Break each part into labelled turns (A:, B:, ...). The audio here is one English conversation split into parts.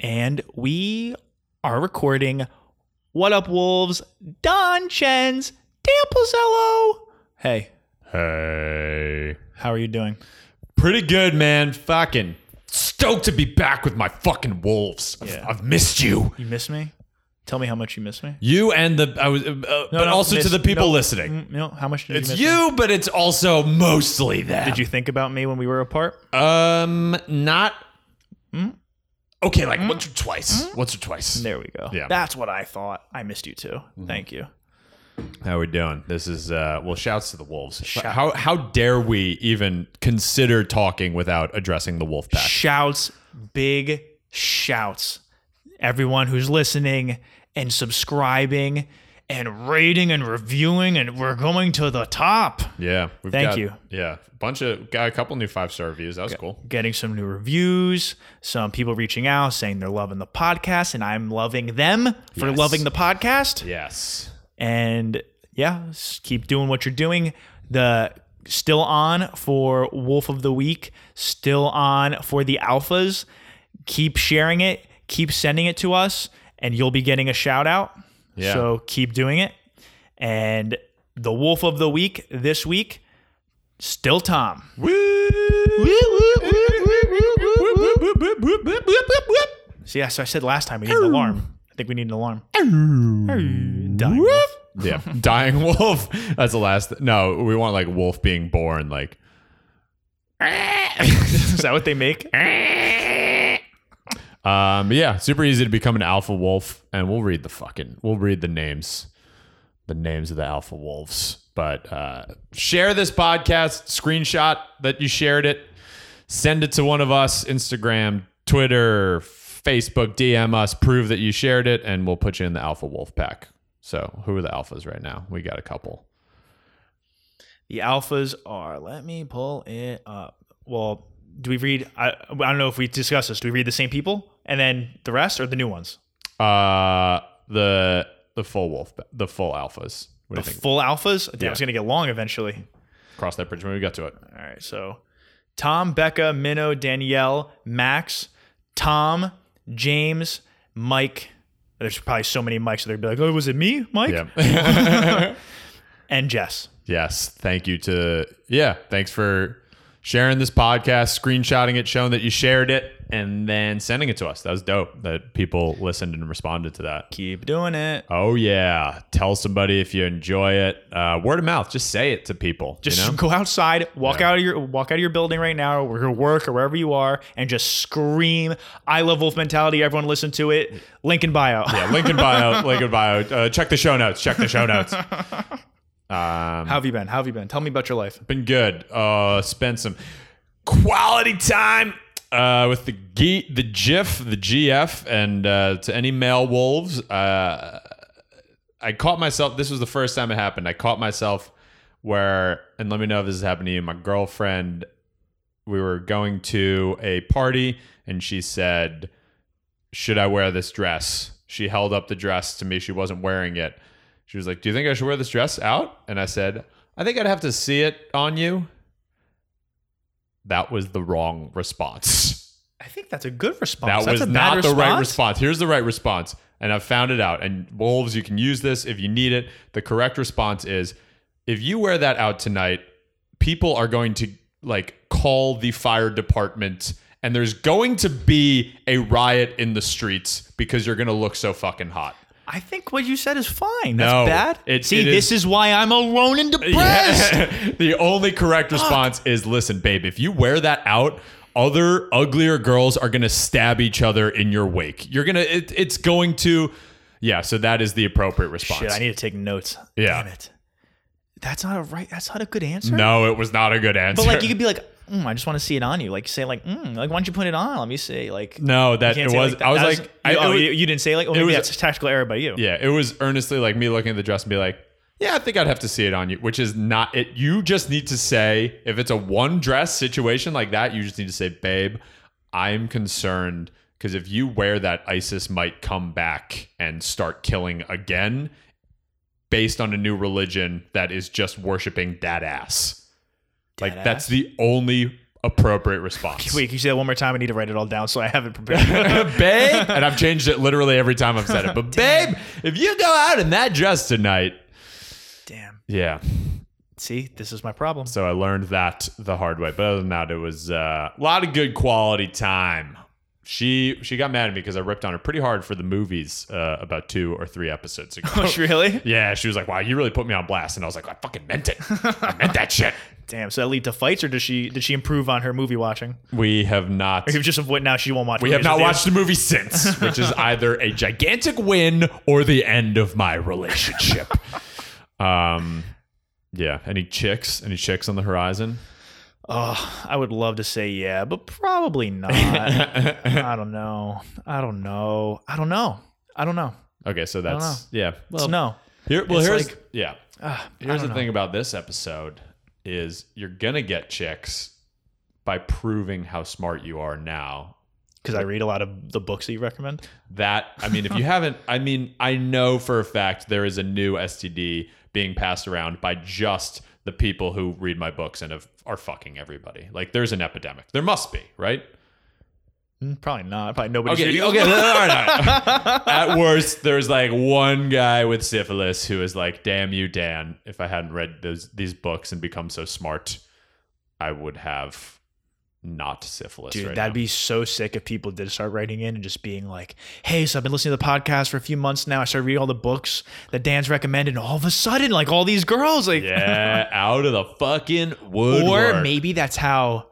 A: and we are recording What Up Wolves, Don Chen's Damplezello. Hey,
B: Hey.
A: how are you doing?
B: Pretty good, man. Fucking stoked to be back with my fucking wolves. I've,
A: Yeah.
B: I've missed you.
A: You miss me? Tell me how much you miss me.
B: You and the I was, uh, uh, but
A: no,
B: also
A: miss-
B: to the people
A: no.
B: listening.
A: Mm, No, how much did you
B: It's
A: miss me?
B: you, but it's also mostly them.
A: Did you think about me when we were apart?
B: Um, not.
A: Mm?
B: Okay, like once or twice. Once or twice.
A: There we go.
B: Yeah. Mm-hmm.
A: That's what I thought. I missed you too. Thank you.
B: How we doing? This is uh well shouts to the wolves.
A: Shout-
B: How how dare we even consider talking without addressing the wolf pack?
A: Shouts, big shouts. Everyone who's listening and subscribing and rating and reviewing, and we're going to the top.
B: Yeah. We've
A: Thank
B: got-
A: you.
B: Yeah. Bunch of got a couple new five star reviews. That was cool.
A: Getting some new reviews, some people reaching out saying they're loving the podcast, and I'm loving them for
B: Yes.
A: loving the podcast.
B: Yes.
A: and yeah, s- keep doing what you're doing. The still on for Wolf of the Week, still on for the Alphas. Keep sharing it, keep sending it to us, and you'll be getting a shout out.
B: Yeah.
A: So keep doing it. And the Wolf of the Week this week, still Tom. See, yeah, so I said last time we need an alarm. I think we need an alarm. Dying wolf.
B: Yeah. Dying wolf. That's the last. no, we want like wolf being born. Like.
A: Is that what they make?
B: Um. Yeah. Super easy to become an alpha wolf, and we'll read the fucking. We'll read the names, the names of the alpha wolves. But uh, share this podcast screenshot that you shared it. Send it to one of us. Instagram, Twitter, Facebook. DM us. Prove that you shared it, and we'll put you in the alpha wolf pack. So who are the alphas right now? We got a couple.
A: The alphas are. Let me pull it up. Well, do we read? I, I don't know if we discussed this. Do we read the same people and then the rest, or the new ones?
B: Uh, the the full wolf, the full alphas. What do you
A: The
B: think?
A: full alphas. Damn, it's gonna get long eventually.
B: Cross that bridge when we got to it.
A: All right. So, Tom, Becca, Minnow, Danielle, Max, Tom, James, Mike. There's probably so many Mikes that they'd be like, "Oh, was it me, Mike?"
B: Yeah.
A: And Jess.
B: Yes. Thank you to, yeah, thanks for sharing this podcast, screenshotting it, showing that you shared it, and then sending it to us. That was dope that people listened and responded to that.
A: Keep doing it.
B: Oh, yeah. Tell somebody if you enjoy it. Uh, word of mouth, just say it to people.
A: Just
B: you know?
A: go outside, walk out of your walk out of your building right now, or your work, or wherever you are, and just scream, "I love Wolf Mentality!" Everyone, listen to it. Link in bio.
B: yeah, link in bio, link in bio. Uh, check the show notes. Check the show notes. Um,
A: How have you been? How have you been? Tell me about your life.
B: been good. Uh, spent some quality time uh, with the G- the GIF, the GF, and uh, to any male wolves. Uh, I caught myself. This was the first time it happened. I caught myself where, and let me know if this has happened to you. My girlfriend, we were going to a party, and she said, "Should I wear this dress?" She held up the dress to me. She wasn't wearing it. She was like, "Do you think I should wear this dress out?" And I said, "I think I'd have to see it on you." That was the wrong response.
A: I think that's a good response.
B: That
A: Oh, That's
B: was
A: a bad
B: not the right
A: response.
B: response. Here's the right response. And I've found it out. And Wolves, you can use this if you need it. The correct response is if you wear that out tonight, people are going to like call the fire department and there's going to be a riot in the streets because you're going to look so fucking hot.
A: I think what you said is fine. That's
B: No,
A: bad.
B: it-
A: See,
B: it
A: this is why I'm alone and depressed.
B: the only correct response is listen, babe, if you wear that out, other uglier girls are going to stab each other in your wake. You're going to, it, it's going to, yeah, so that is the appropriate response.
A: Shit, I need to take notes.
B: Yeah.
A: Damn it. That's not a right. That's not a good answer.
B: no, it was not a good answer.
A: But like, you could be like, mm, "I just want to see it on you." Like, say like, mm, "Like, why don't you put it on? Let me see." Like,
B: no, that
A: You
B: it
A: can't
B: was,
A: say like that.
B: I was
A: That
B: like, I,
A: you,
B: it
A: oh,
B: was-
A: you, you didn't say like, oh, maybe
B: was-
A: that's a tactical error by you.
B: yeah, it was earnestly like me looking at the dress and be like, yeah, I think I'd have to see it on you, which is not it. You just need to say, if it's a one dress situation like that, you just need to say, babe, I'm concerned because if you wear that, ISIS might come back and start killing again based on a new religion that is just worshiping that ass. like,
A: Dead
B: that's
A: ass?
B: the only appropriate response.
A: Wait, can you say that one more time? I need to write it all down so I have it prepared.
B: babe, and I've changed it literally every time I've said it. But babe, if you go out in that dress tonight,
A: Damn.
B: yeah.
A: See, this is my problem.
B: So I learned that the hard way. But other than that, it was uh, a lot of good quality time. She she got mad at me because I ripped on her pretty hard for the movies uh, about two or three episodes ago.
A: Oh, really?
B: yeah, she was like, "Wow, you really put me on blast," and I was like, "I fucking meant it. I meant that shit."
A: Damn. So that lead to fights, or does she did she improve on her movie watching?
B: We have not.
A: Or you've just what now she won't watch.
B: We
A: movies
B: have not
A: with you?
B: watched the movie since, which is either a gigantic win or the end of my relationship. um, yeah. Any chicks? Any chicks on the horizon?
A: Oh, I would love to say yeah, but probably not. I don't know. I don't know. I don't know. I don't know.
B: Okay, so that's yeah.
A: It's
B: Well,
A: no.
B: Here, well,
A: It's
B: here's
A: like-
B: yeah.
A: Ah, I
B: Here's
A: don't
B: the
A: know.
B: thing about this episode is you're gonna get chicks by proving how smart you are now.
A: because I read a lot of the books that you recommend.
B: That I mean, if you haven't, I mean, I know for a fact there is a new STD being passed around by just the people who read my books and have, are fucking everybody. Like, there's an epidemic. There must be, right?
A: Mm, Probably not. Probably nobody.
B: Okay, okay, all right, all right. At worst, there's like one guy with syphilis who is like, "Damn you, Dan! If I hadn't read those these books and become so smart, I would have not syphilis."
A: Dude,
B: right
A: that'd
B: now.
A: be so sick if people did start writing in and just being like, "Hey, so I've been listening to the podcast for a few months now. I started reading all the books that Dan's recommended, and all of a sudden, like all these girls, like,
B: yeah, out of the fucking woodwork.
A: or maybe that's how,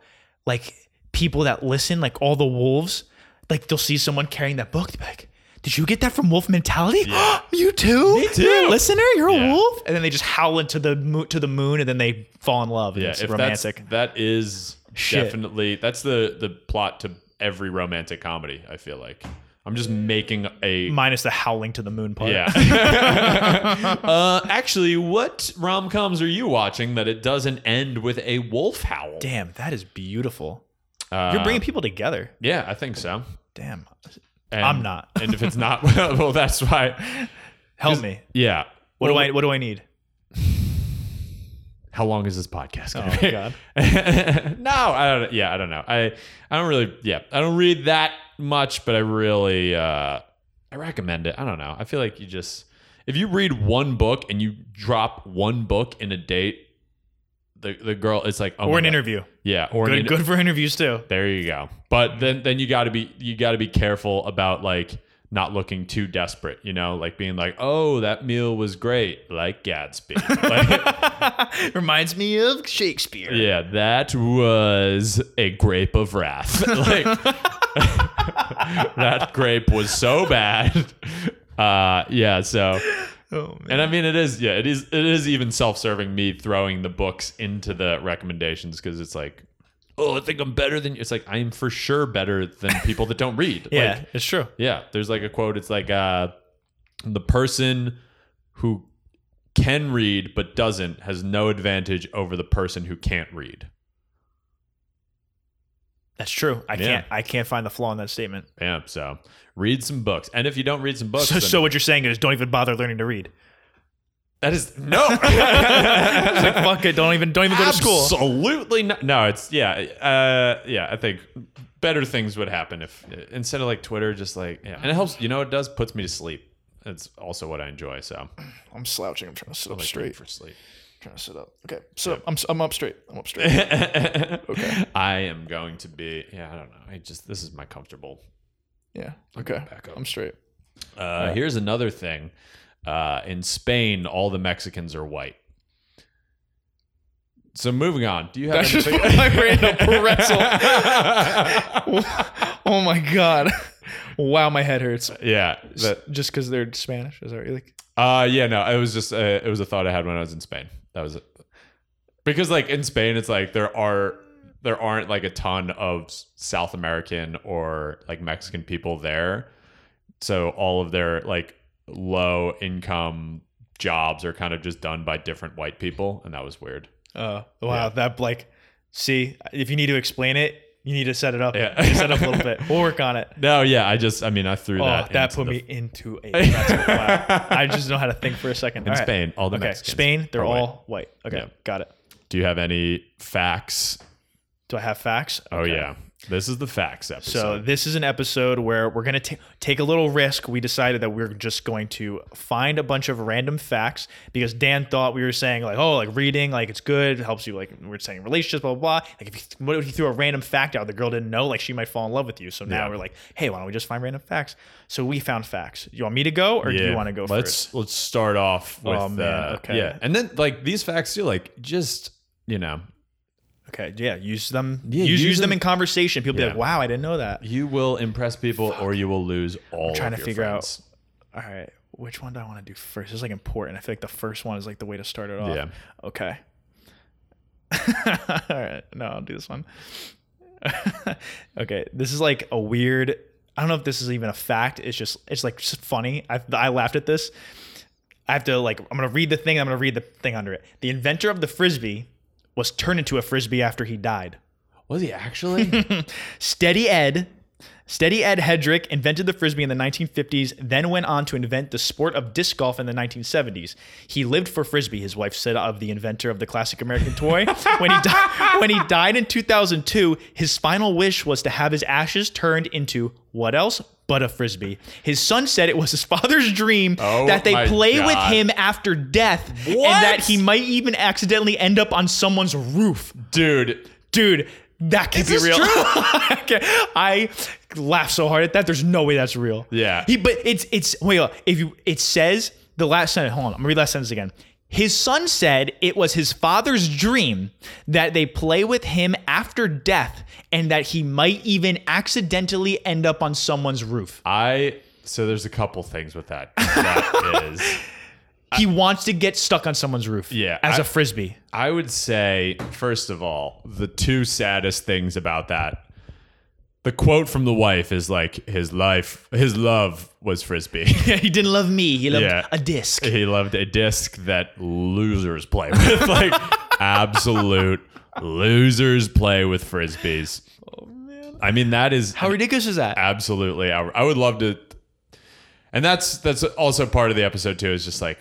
A: like, people that listen, like all the wolves, like they'll see someone carrying that book, they'll be like, "Did you get that from Wolf Mentality?
B: Yeah.
A: you too?
B: Me too.
A: You're a listener, you're
B: Yeah.
A: a wolf." And then they just howl into the mo- to the moon, and then they fall in love. And
B: yeah,
A: it's
B: if
A: romantic.
B: That's, that is
A: Shit.
B: definitely that's the the plot to every romantic comedy. I feel like I'm just making a
A: Minus the howling to the moon part.
B: Yeah. uh, actually, what rom coms are you watching that it doesn't end with a wolf howl?
A: Damn, that is beautiful.
B: Uh,
A: You're bringing people together.
B: Yeah, I think so.
A: Damn.
B: And-
A: I'm not.
B: and if it's not, well, well, that's why.
A: Help me.
B: Yeah.
A: What do I what do I need?
B: How long is this podcast? Gonna
A: Oh,
B: be?
A: God.
B: no, I don't. Yeah, I don't know. I I don't really. Yeah, I don't read that much, but I really uh, I recommend it. I don't know. I feel like you just if you read one book and you drop one book in a date, the the girl it's like oh
A: or
B: my
A: an
B: God.
A: interview.
B: Yeah,
A: Good
B: or an
A: Mm-hmm.
B: in-
A: good for interviews too.
B: There you go. But then then you got to be you got to be careful about like not looking too desperate, you know, like being like, "Oh, that meal was great," like Gadsby. Like,
A: Reminds me of Shakespeare.
B: yeah, that was a grape of wrath. like that grape was so bad. Uh, yeah, so
A: Oh man.
B: and I mean it is yeah, it is it is even self-serving me throwing the books into the recommendations cuz it's like Oh, I think I'm better than you. It's like I'm for sure better than people that don't read.
A: Yeah,
B: Like,
A: it's true.
B: yeah, there's like a quote. It's like uh, the person who can read but doesn't has no advantage over the person who can't read.
A: That's true. I
B: Yeah.
A: can't I can't find the flaw in that statement.
B: Yeah, so read some books, and if you don't read some books,
A: So,
B: then-
A: so what you're saying is don't even bother learning to read.
B: that is no.
A: It's like fuck it, don't even don't even go to school.
B: Absolutely not. No, it's yeah, uh, yeah. I think better things would happen if instead of like Twitter, just like yeah, and it helps. You know, what it does puts me to sleep. It's also what I enjoy. So
A: I'm slouching. I'm trying to sit up
B: like,
A: straight.
B: for sleep.
A: trying to sit up. Okay. So I'm I'm up straight. I'm up straight.
B: okay. I am going to be. Yeah, I don't know. I just this is my comfortable.
A: Yeah. Okay.
B: back up.
C: I'm straight.
B: Uh, Here's another thing. Uh, in Spain, all the Mexicans are white. So moving on. Do you have
C: That's just
B: anything-
C: put my brain in a pretzel. oh my god. Wow, my head hurts.
B: yeah. that-
C: just because they're Spanish, is that what you like?
B: uh, yeah. No, it was just uh, it was a thought I had when I was in Spain. That was it. Because like in Spain, it's like there are there aren't like a ton of S- South American or like Mexican people there. so all of their like low income jobs are kind of just done by different white people and that was weird
A: Uh, wow, that like, see, if you need to explain it, you need to set it up.
B: Yeah.
A: set up a little bit. We'll work on it.
B: no yeah i just i mean i threw
A: Oh,
B: that
A: that,
B: into
A: put
B: the-
A: me into a. pretzel. wow. I just know how to think for a second.
B: in
A: All right.
B: spain all the
A: Okay,
B: Mexicans
A: Spain, they're
B: are white.
A: all white. Okay,
B: Yeah.
A: got it.
B: do you have any facts
A: Do I have facts?
B: Oh
A: Okay.
B: yeah, this is the facts episode.
A: So this is an episode where we're gonna ta- take a little risk. We decided that we are just going to find a bunch of random facts because Dan thought we were saying like, oh, like reading, like it's good, it helps you, like we we're saying relationships, blah blah. blah. Like if you th- what if you threw a random fact out, the girl didn't know, like she might fall in love with you. So now
B: Yeah.
A: we're like, hey, why don't we just find random facts? So we found facts. You want me to go or do you want to go
B: let's,
A: first?
B: Let's start off with
A: Oh, man,
B: uh,
A: okay.
B: yeah, and then like these facts too, like just you know,
A: Okay, yeah, use them.
B: Yeah,
A: use,
B: use
A: use them
B: them-
A: in conversation. People
B: Yeah.
A: be like, wow, I didn't know that.
B: you will impress people or you will lose all.
A: trying
B: of
A: to
B: your
A: figure out-
B: friends.
A: All right. Which one do I want to do first? This is like important. I feel like the first one is like the way to start it off.
B: Yeah.
A: Okay. All right. No, I'll do this one. okay. This is like a weird. I don't know if this is even a fact. It's just it's like just funny. I I laughed at this. I have to like I'm gonna read the thing. I'm gonna read the thing under it. The inventor of the frisbee was turned into a frisbee after he died.
B: Was he actually?
A: Steady Ed. Steady Ed Hedrick invented the frisbee in the 1950s, then went on to invent the sport of disc golf in the 1970s. He lived for frisbee, his wife said of the inventor of the classic American toy. when he di- when he died in 2002, his final wish was to have his ashes turned into what else but a frisbee. His son said it was his father's dream
B: Oh
A: that they
B: my
A: play with
B: God.
A: him after death,
B: What?
A: and that he might even accidentally end up on someone's roof
B: Dude,
A: dude that could be
B: this
A: real
B: true?
A: Okay, i laugh so hard at that there's no way that's real
B: Yeah.
A: he but it's it's wait look, if you it says the last sentence hold on i'm gonna read last sentence again his son said it was his father's dream that they play with him after death and that he might even accidentally end up on someone's roof
B: I so there's a couple things with that. That is,
A: he wants to get stuck on someone's roof
B: Yeah,
A: as a
B: I-
A: frisbee
B: I would say first of all, the two saddest things about that. The quote from the wife is like his life, his love was frisbee.
A: he didn't love me he loved
B: Yeah.
A: a disc
B: he loved a disc that losers play with like absolute losers play with frisbees i mean that is
A: how ridiculous is that
B: absolutely out- i would love to and that's that's also part of the episode too is just like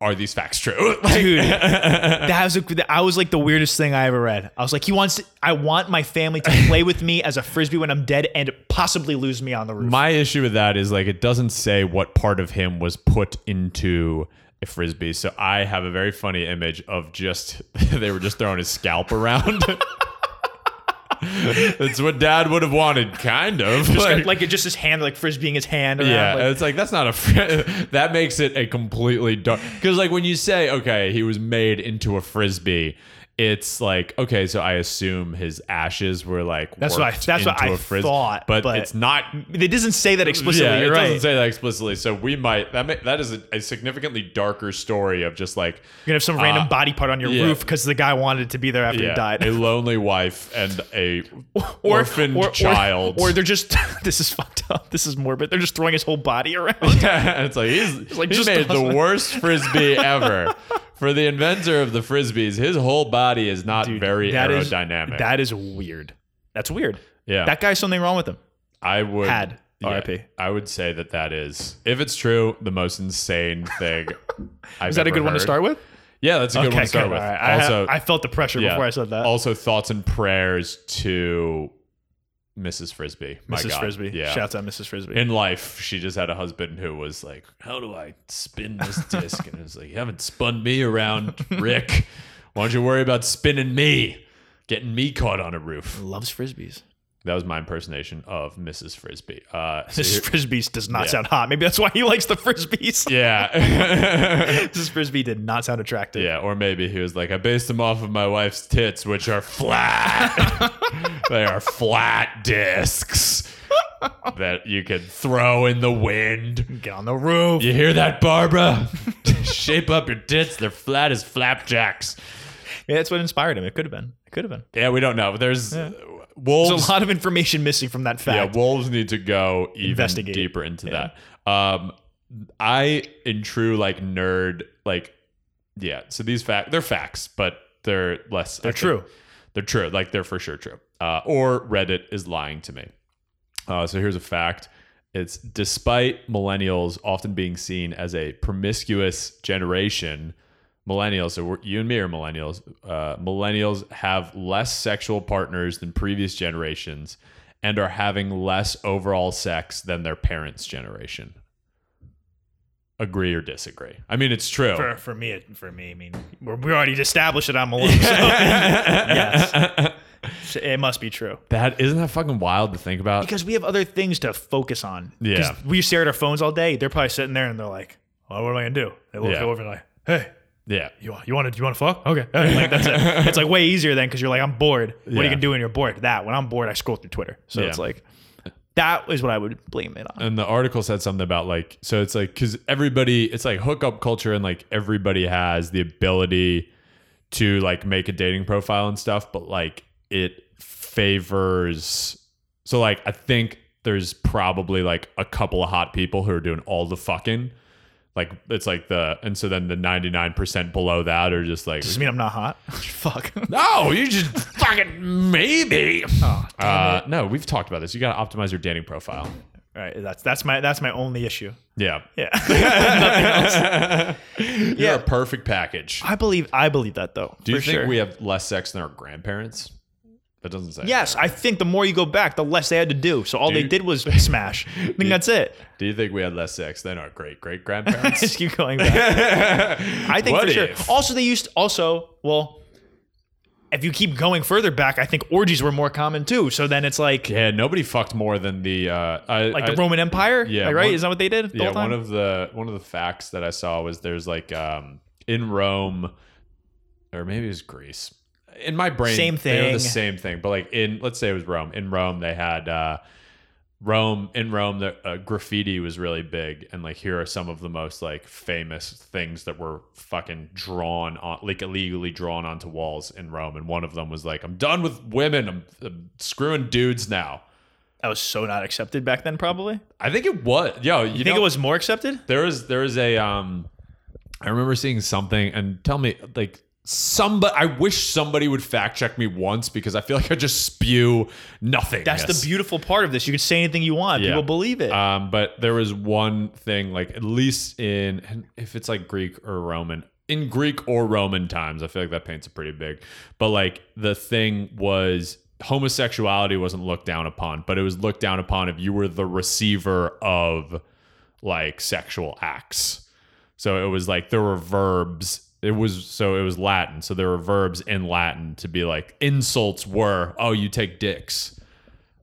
B: are these facts true Like,
A: dude. that was a, I was like the weirdest thing I ever read. I was like, he wants. To, I want my family to play with me as a frisbee when I'm dead and possibly lose me on the roof.
B: my issue with that is like it doesn't say what part of him was put into a frisbee so i have a very funny image of just they were just throwing his scalp around that's what dad would have wanted kind of
A: like, like it just his hand, like frisbeeing his hand. Around,
B: yeah,
A: like-
B: it's like that's not a fr- that makes it a completely dark because like when you say okay, he was made into a frisbee, it's like okay, so I assume his ashes were like
A: That's what I-
B: worked
A: that's what
B: into
A: I
B: a fris-
A: thought,
B: but,
A: but-
B: it's not.
A: it doesn't say that explicitly.
B: yeah,
A: you're
B: it
A: right.
B: doesn't say that explicitly. So we might that may, that is a, a significantly darker story of just like
A: you're gonna have some random body part on your
B: Uh, yeah.
A: roof because the guy wanted to be there after
B: yeah,
A: he died.
B: a lonely wife and a
A: Or-
B: orphaned
A: or- or-
B: child.
A: or they're just this is fucked up. This is morbid. They're just throwing his whole body around.
B: it's like he's,
A: like,
B: he
A: just
B: made the
A: doesn't-
B: worst frisbee ever. For the inventor of the frisbees, his whole body is not very
A: That is-
B: aerodynamic.
A: that is weird. That's weird.
B: yeah,
A: That guy's something wrong with him.
B: I would
A: had RIP.
B: I would say that that is, if it's true, the most insane thing. I've
A: Is that a
B: ever
A: good one to
B: heard.
A: start with?
B: Yeah, that's a good one to start
A: good.
B: with.
A: All right. I,
B: also,
A: I felt the pressure
B: yeah. Oh
A: before I said that.
B: Also, thoughts and prayers to Mrs. Frisbee. My
A: Mrs.
B: God.
A: Frisbee.
B: Yeah.
A: Shouts out Mrs. Frisbee.
B: in life, she just had a husband who was like, "How do I spin this disc?" and it was like, "You haven't spun me around, Rick. Why don't you worry about spinning me, getting me caught on a roof?"
A: Loves Frisbees.
B: That was my impersonation of Mrs. Frisbee. Uh, so
A: Mrs. Frisbees does not
B: Yeah.
A: sound hot. Maybe that's why he likes the Frisbees.
B: yeah,
A: Mrs. Frisbee did not sound attractive.
B: yeah. Or maybe he was like, "I based them off of my wife's tits, which are flat. they are flat discs." That you can throw in the wind.
A: Get on the roof.
B: You hear that, Barbara? Shape up your tits. They're flat as flapjacks.
A: Yeah, that's what inspired him. It could have been. It could have been.
B: Yeah, we don't know. There's
A: There's
B: wolves.
A: a lot of information missing from that
B: yeah,
A: fact.
B: wolves need to go even
A: Investigate.
B: deeper into that. Um, I, in true like nerd, like yeah. So these facts, they're facts, but they're less.
A: They're true.
B: They're true. Like they're for sure true. Uh, or Reddit is lying to me. Uh, so here's a fact. It's despite millennials often being seen as a promiscuous generation, millennials, so we're, you and me are millennials. Uh, millennials have less sexual partners than previous generations and are having less overall sex than their parents' generation. Agree or disagree? I mean, it's true.
A: For, for me, it- for me, I mean, we're, we already established that I'm a little. So yes, So it must be true
B: That isn't that fucking wild to think about.
A: because we have other things to focus on. 'Cause
B: Yeah.
A: we stare at our phones all day. They're probably sitting there and they're like, "Well, what am I gonna do?" They look
B: Yeah.
A: over and like, "Hey,
B: yeah,
A: you want you want to you want to fuck? Okay, Hey, like that's it. It's like way easier then because you're like, I'm bored. What are
B: Yeah.
A: you gonna do when you're bored? That when I'm bored, I scroll through Twitter. So
B: Yeah.
A: it's like that is what I would blame it on.
B: and the article said something about like so it's like because everybody it's like hookup culture and like everybody has the ability to like make a dating profile and stuff but like it favors so like i think there's probably like a couple of hot people who are doing all the fucking like it's like the and so then the 99% below that are just like
A: Does this mean I'm not hot? Fuck.
B: no you just fucking maybe uh, no we've talked about this you gotta optimize your dating profile
A: All right, that's that's my that's my only issue.
B: yeah
A: Yeah,
B: You're a perfect package.
A: I believe I believe that though.
B: Do you
A: for
B: think
A: sure.
B: we have less sex than our grandparents? That doesn't say.
A: Yes, I think the more you go back, the less they had to do. So all they
B: Dude.
A: did was smash. I think that's it.
B: Do you think we had less sex than our great great grandparents?
A: Just keep going back. I think
B: What
A: for sure.
B: if?
A: Also, they used also well. If you keep going further back, I think orgies were more common too. So then it's like
B: yeah, nobody fucked more than the uh, I,
A: like
B: I-
A: the Roman Empire.
B: yeah,
A: like, right.
B: one-
A: Is that what they did? The
B: Yeah,
A: whole time?
B: one of the one of the facts that I saw was there's like um, in Rome, or maybe it was Greece. In my brain,
A: Same
B: They were
A: thing.
B: the same thing, but like in let's say it was Rome. In Rome, they had uh, Rome. In Rome, the uh, graffiti was really big, and like here are some of the most like famous things that were fucking drawn on, like illegally drawn onto walls in Rome. And one of them was like, "I'm done with women. I'm, I'm screwing dudes now."
A: that was so not accepted back then. Probably. You,
B: I think it was. Yo, you,
A: think
B: know,
A: it was more accepted?
B: there was there was a um I remember seeing something and tell me like somebody I wish somebody would fact check me once because I feel like I just spew nothing.
A: That's the beautiful part of this. You can say anything you want.
B: Yeah.
A: People believe it.
B: um but there was one thing like at least in and if it's like Greek or Roman in Greek or Roman times, I feel like that paints a pretty big. But like the thing was homosexuality wasn't looked down upon, but it was looked down upon if you were the receiver of like sexual acts. So it was like there were verbs. It was so it was Latin. So there were verbs in Latin to be like insults were, oh, you take dicks.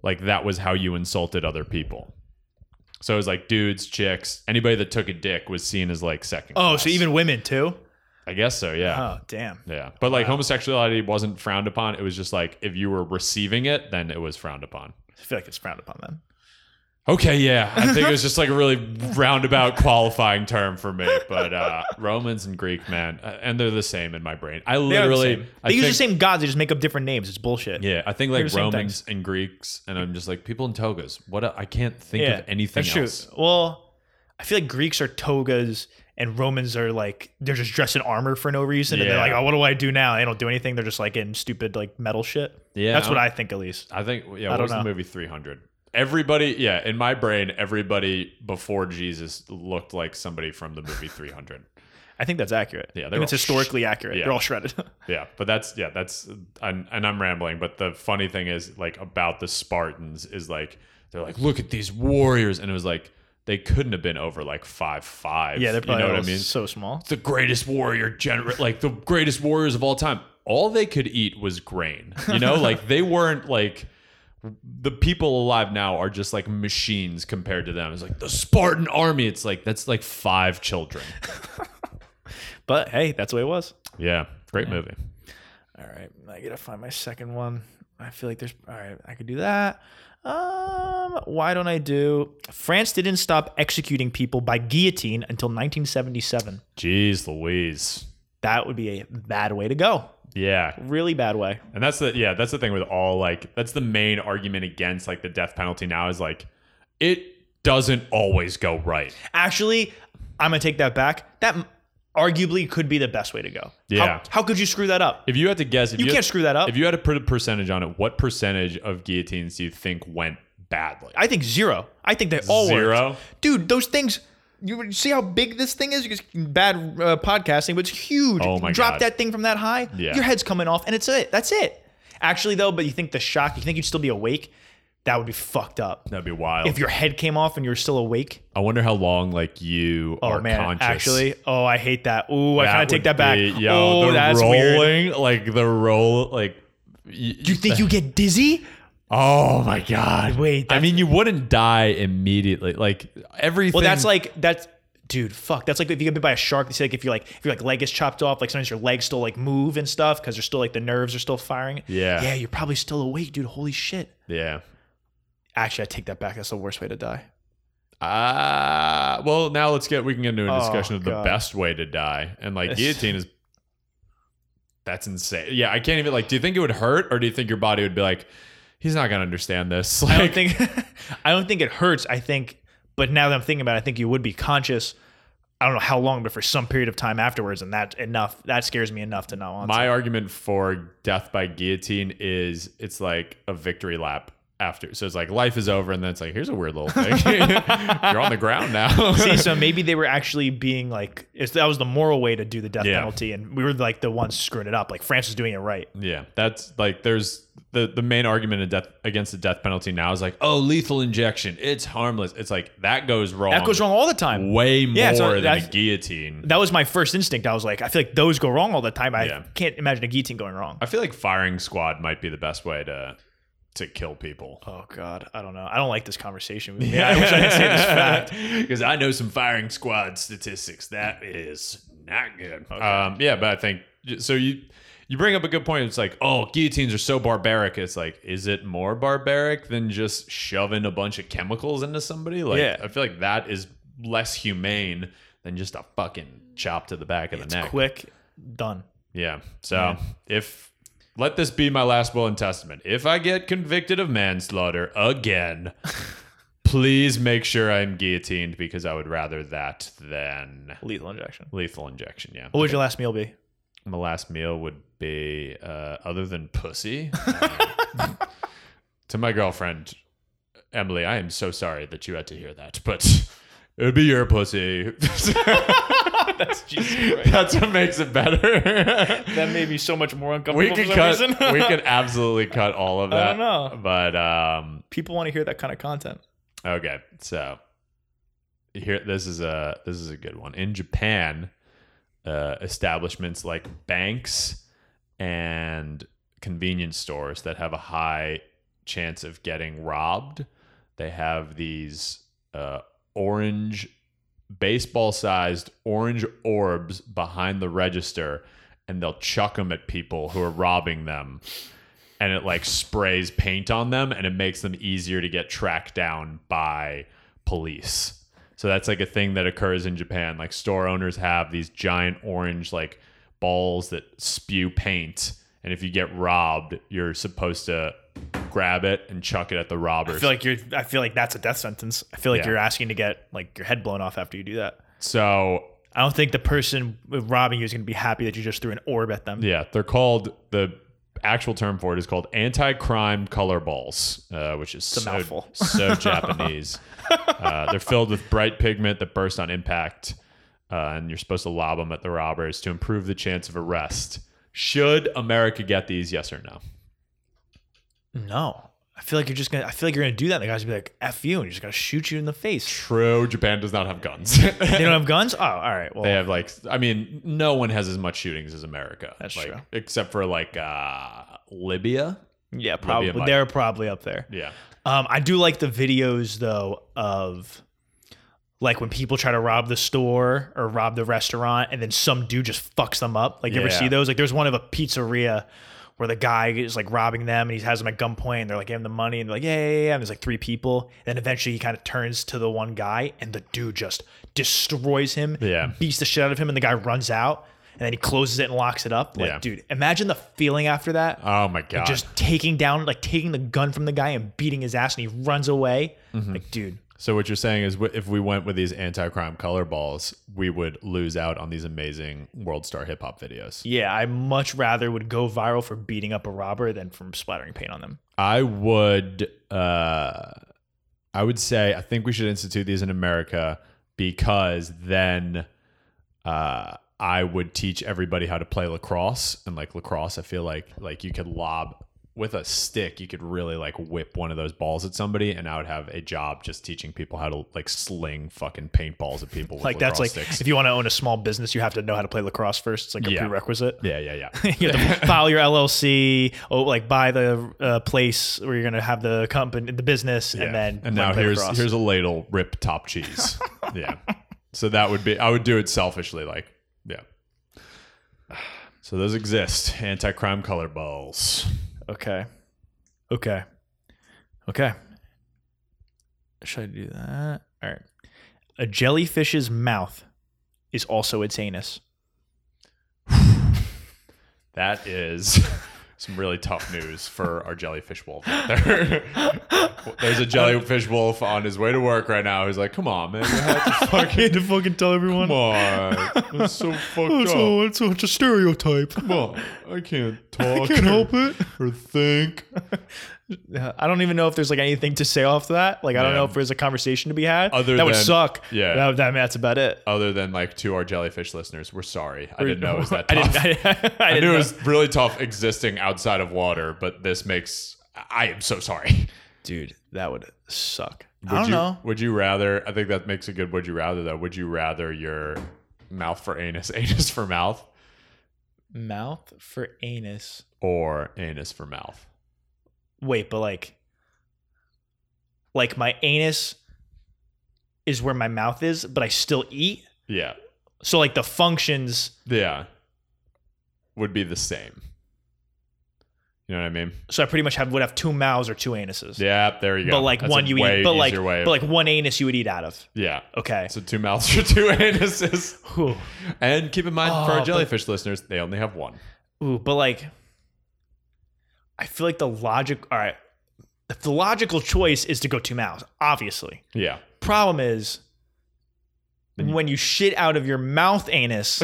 B: Like that was how you insulted other people. So it was like dudes, chicks, anybody that took a dick was seen as like second.
A: oh,
B: class.
A: so even women too?
B: I guess so, yeah.
A: Oh, damn.
B: Yeah. But like homosexuality wasn't frowned upon. It was just like if you were receiving it, then it was frowned upon.
A: I feel like it's frowned upon then.
B: Okay, yeah. I think it was just like a really roundabout qualifying term for me. But uh, Romans and Greek, man, uh, and they're the same in my brain.
A: They are
B: I
A: the
B: literally,
A: same. They
B: I
A: use
B: think,
A: the same gods. They just make up different names. It's bullshit.
B: Yeah, I think
A: the
B: like
A: same
B: Romans and Greeks, and I'm just like people in togas. What I I can't think of anything
A: that's
B: else.
A: True. Well, I feel like Greeks are togas and Romans are like they're just dressed in armor for no reason, and they're
B: Yeah.
A: like, "Oh, what do I do now?" They don't do anything. They're just like in stupid like metal shit.
B: Yeah,
A: that's what
B: I'm-
A: I think at least.
B: I think yeah,
A: don't
B: what was
A: know.
B: the movie 300? Everybody, yeah, in my brain, everybody before Jesus looked like somebody from the movie 300.
A: I think that's accurate.
B: Yeah, they're
A: and it's
B: all sh-
A: historically accurate.
B: yeah.
A: They're all shredded.
B: Yeah, but that's yeah, that's and, and I'm rambling. But the funny thing is, like about the Spartans is like they're like, look at these warriors, and it was like they couldn't have been over like five five.
A: yeah, they're probably
B: you know what I
A: all
B: mean.
A: so small.
B: The greatest warrior, gener- like the greatest warriors of all time. All they could eat was grain. You know, like they weren't like the people alive now are just like machines compared to them. It's like the Spartan army. It's like that's like five children.
A: But hey, that's the way it was.
B: Yeah, great movie.
A: All right, I gotta find my second one. I feel like there's all right. I could do that. Um, why don't I do? France didn't stop executing people by guillotine until 1977.
B: Jeez Louise.
A: That would be a bad way to go.
B: Yeah,
A: Really bad way.
B: And that's the yeah, that's the thing with all like that's the main argument against like the death penalty now is like it doesn't always go right.
A: Actually, I'm gonna take that back. That m- arguably could be the best way to go.
B: Yeah.
A: How, how could you screw that up?
B: If you had to guess, if
A: You
B: you,
A: can't screw that up.
B: If you had to put a percentage on it, what percentage of guillotines do you think went badly?
A: I think zero. I think they all worked.
B: Zero?
A: Dude, those things. you see how big this thing is? You just bad uh, podcasting, but it's huge.
B: Oh my
A: Drop
B: God.
A: that thing from that high,
B: Yeah.
A: your head's coming off, and it's it. That's it. Actually, though, but you think the shock? You think you'd still be awake? That would be fucked up.
B: That'd be wild.
A: If your head came off and you were still awake.
B: I wonder how long like you
A: Oh
B: are
A: man,
B: conscious.
A: actually, oh I hate that. Ooh, I kind
B: That
A: of take
B: would
A: that back.
B: be- yo,
A: oh,
B: the
A: that's
B: rolling,
A: weird.
B: like the roll, like.
A: Do you think you get dizzy?
B: Oh my god!
A: Wait,
B: I
A: that's-
B: mean, you wouldn't die immediately. Like everything.
A: Well, that's like that's dude, fuck. That's like if you get bit by a shark. They say like if you're like if your like leg is chopped off, like sometimes your legs still like move and stuff because you're still like the nerves are still firing.
B: Yeah.
A: yeah, you're probably still awake, dude. Holy shit.
B: Yeah.
A: Actually, I take that back. That's the worst way to die.
B: Ah. well, now let's get. We can get into a
A: Oh,
B: discussion of the
A: God.
B: best way to die, and like
A: It's-
B: guillotine is. That's insane. Yeah, I can't even like. Do you think it would hurt, or do you think your body would be like, he's not gonna understand this? Like,
A: I don't think I don't think it hurts. I think, but now that I'm thinking about it, I think you would be conscious. I don't know how long, but for some period of time afterwards, and that enough that scares me enough to not want. to.
B: My argument for death by guillotine is it's like a victory lap after. So it's like life is over, and then it's like, here's a weird little thing. You're on the ground now.
A: See, so maybe they were actually being like, it's, that was the moral way to do the death
B: Yeah.
A: penalty, and we were like the ones screwing it up. Like France was doing it right.
B: yeah, that's like there's the the main argument in death against the death penalty now is like, oh, lethal injection, it's harmless. It's like that goes wrong.
A: That goes wrong all the time.
B: way more
A: Yeah, so
B: than a
A: that's-
B: guillotine.
A: That was my first instinct. I was like, I feel like those go wrong all the time. I
B: Yeah.
A: can't imagine a guillotine going wrong.
B: I feel like firing squad might be the best way to to kill people.
A: Oh God, I don't know. I don't like this conversation. Yeah, I wish I didn't say this fact.
B: because I know some firing squad statistics. That is not good. Um, yeah, but I think so. You you bring up a good point. It's like, oh, guillotines are so barbaric. It's like, is it more barbaric than just shoving a bunch of chemicals into somebody? Like,
A: Yeah.
B: I feel like that is less humane than just a fucking chop to the back of the neck.
A: Quick, done.
B: Yeah. So if let this be my last will and testament. If I get convicted of manslaughter again, please make sure I'm guillotined because I would rather that than
A: Lethal injection.
B: lethal injection. Yeah.
A: What would your last meal be?
B: My last meal would be uh, other than pussy. Um, to my girlfriend, Emily, I am so sorry that you had to hear that, but it would be your pussy. That's That's what makes it better.
C: That made me so much more
B: we
C: uncomfortable
B: could
C: for some reason.
B: cut. we could absolutely cut all of that.
C: I don't know.
B: But um,
A: People want to hear that kind of content.
B: okay, so here this is a this is a good one. In Japan, uh, establishments like banks and convenience stores that have a high chance of getting robbed, they have these uh, orange baseball sized orange orbs behind the register and they'll chuck them at people who are robbing them and it like sprays paint on them and it makes them easier to get tracked down by police so that's like a thing that occurs in japan like store owners have these giant orange like balls that spew paint and if you get robbed you're supposed to grab it and chuck it at the robbers
A: I feel like you're. I feel like that's a death sentence. I feel like
B: Yeah.
A: you're asking to get like your head blown off after you do that.
B: so
A: I don't think the person robbing you is going to be happy that you just threw an orb at them.
B: Yeah, they're called the actual term for it is called anti-crime color balls, uh, which is
A: a
B: so,
A: mouthful.
B: so Japanese. Uh, they're filled with bright pigment that burst on impact, uh, and you're supposed to lob them at the robbers to improve the chance of arrest. Should America get these? Yes or no?
A: No, I feel like you're just gonna. I feel like you're gonna do that. And the guys will be like, "F you," and you're just gonna shoot you in the face.
B: True. Japan does not have guns.
A: they don't have guns. Oh, all right. Well,
B: They have like, I mean, no one has as much shootings as America.
A: That's
B: like,
A: true.
B: Except for like uh, Libya.
A: yeah,
B: be a
A: probably
B: mic.
A: they're probably up there.
B: Yeah.
A: Um, I do like the videos though of like when people try to rob the store or rob the restaurant, and then some dude just fucks them up. Like, you ever
B: Yeah.
A: see those? Like, there's one of a pizzeria. Where the guy is like robbing them and he has them at gunpoint and they're like, give him the money. And they're like, yeah, yeah, yeah. And there's like three people. Then eventually he kind of turns to the one guy and the dude just destroys him,
B: Yeah.
A: beats the shit out of him. And the guy runs out and then he closes it and locks it up. Like,
B: Yeah.
A: dude, imagine the feeling after that
B: Oh my God.
A: just taking down like taking the gun from the guy and beating his ass and he runs away
B: Mm-hmm.
A: like dude
B: So what you're saying is, w- if we went with these anti-crime color balls, we would lose out on these amazing world star hip hop videos.
A: yeah i much rather would go viral for beating up a robber than from splattering paint on them
B: I would, uh, I would say, I think we should institute these in America, because then uh, I would teach everybody how to play lacrosse. And like lacrosse, I feel like like you could lob with a stick, you could really like whip one of those balls at somebody, and I would have a job just teaching people how to like sling fucking paintballs at people. With
A: Like that's like
B: lacrosse sticks.
A: if you want to own a small business, you have to know how to play lacrosse first. It's like a
B: Yeah.
A: prerequisite.
B: yeah, yeah, yeah.
A: you have to file your LLC, or oh, like buy the uh, place where you're gonna have the company, the business,
B: Yeah.
A: and then
B: and
A: run
B: now
A: play
B: here's
A: lacrosse.
B: here's a ladle rip top cheese yeah so that would be i would do it selfishly like yeah so those exist anti-crime color balls
C: Okay.
A: okay, okay. Should I do that? All right. A jellyfish's mouth is also its anus.
B: that is some really tough news for our jellyfish wolf out there. there's a jellyfish wolf on his way to work right now who's like come on man
A: I can't fucking tell everyone.
B: come on it's so fucked up
A: it's such a stereotype.
B: come on i can't talk or-
A: it.
B: or think
A: Yeah, I don't even know if there's like anything to say off that. Like, I don't
B: Yeah.
A: know if there's a conversation to be had.
B: Other
A: that would
B: than-
A: suck.
B: yeah.
A: that, that- that's about it.
B: other than like to our jellyfish listeners we're sorry i didn't know it was that
A: I
B: tough
A: didn't. I, didn't- I
B: I,
A: didn't
B: knew
A: know.
B: it was really tough existing outside of water, but this makes. I am so sorry.
A: dude, that would suck.
B: Would
A: I don't
B: you,
A: know.
B: Would you rather? I think that makes a good. Would you rather though? Would you rather your mouth for anus, anus for mouth,
A: Mouth for anus.
B: or anus for mouth?
A: Wait, but like, like my anus is where my mouth is, but I still eat.
B: Yeah,
A: So like the functions.
B: yeah, would be the same. You know what I mean?
A: So I pretty much have would have two mouths or two anuses.
B: Yeah, there you go.
A: But like
B: That's
A: one
B: a
A: you
B: way
A: eat, but like
B: easier way of-
A: but like one anus you would eat out of.
B: yeah.
A: Okay.
B: So two mouths for two anuses,
A: Whew.
B: and keep in mind for
A: Oh,
B: our
A: but-
B: jellyfish listeners, they only have one.
A: Ooh, but like, I feel like the logic. All right, if the logical choice is to go two mouths, obviously.
B: Yeah.
A: Problem is,
B: Then you-
A: when you shit out of your mouth anus,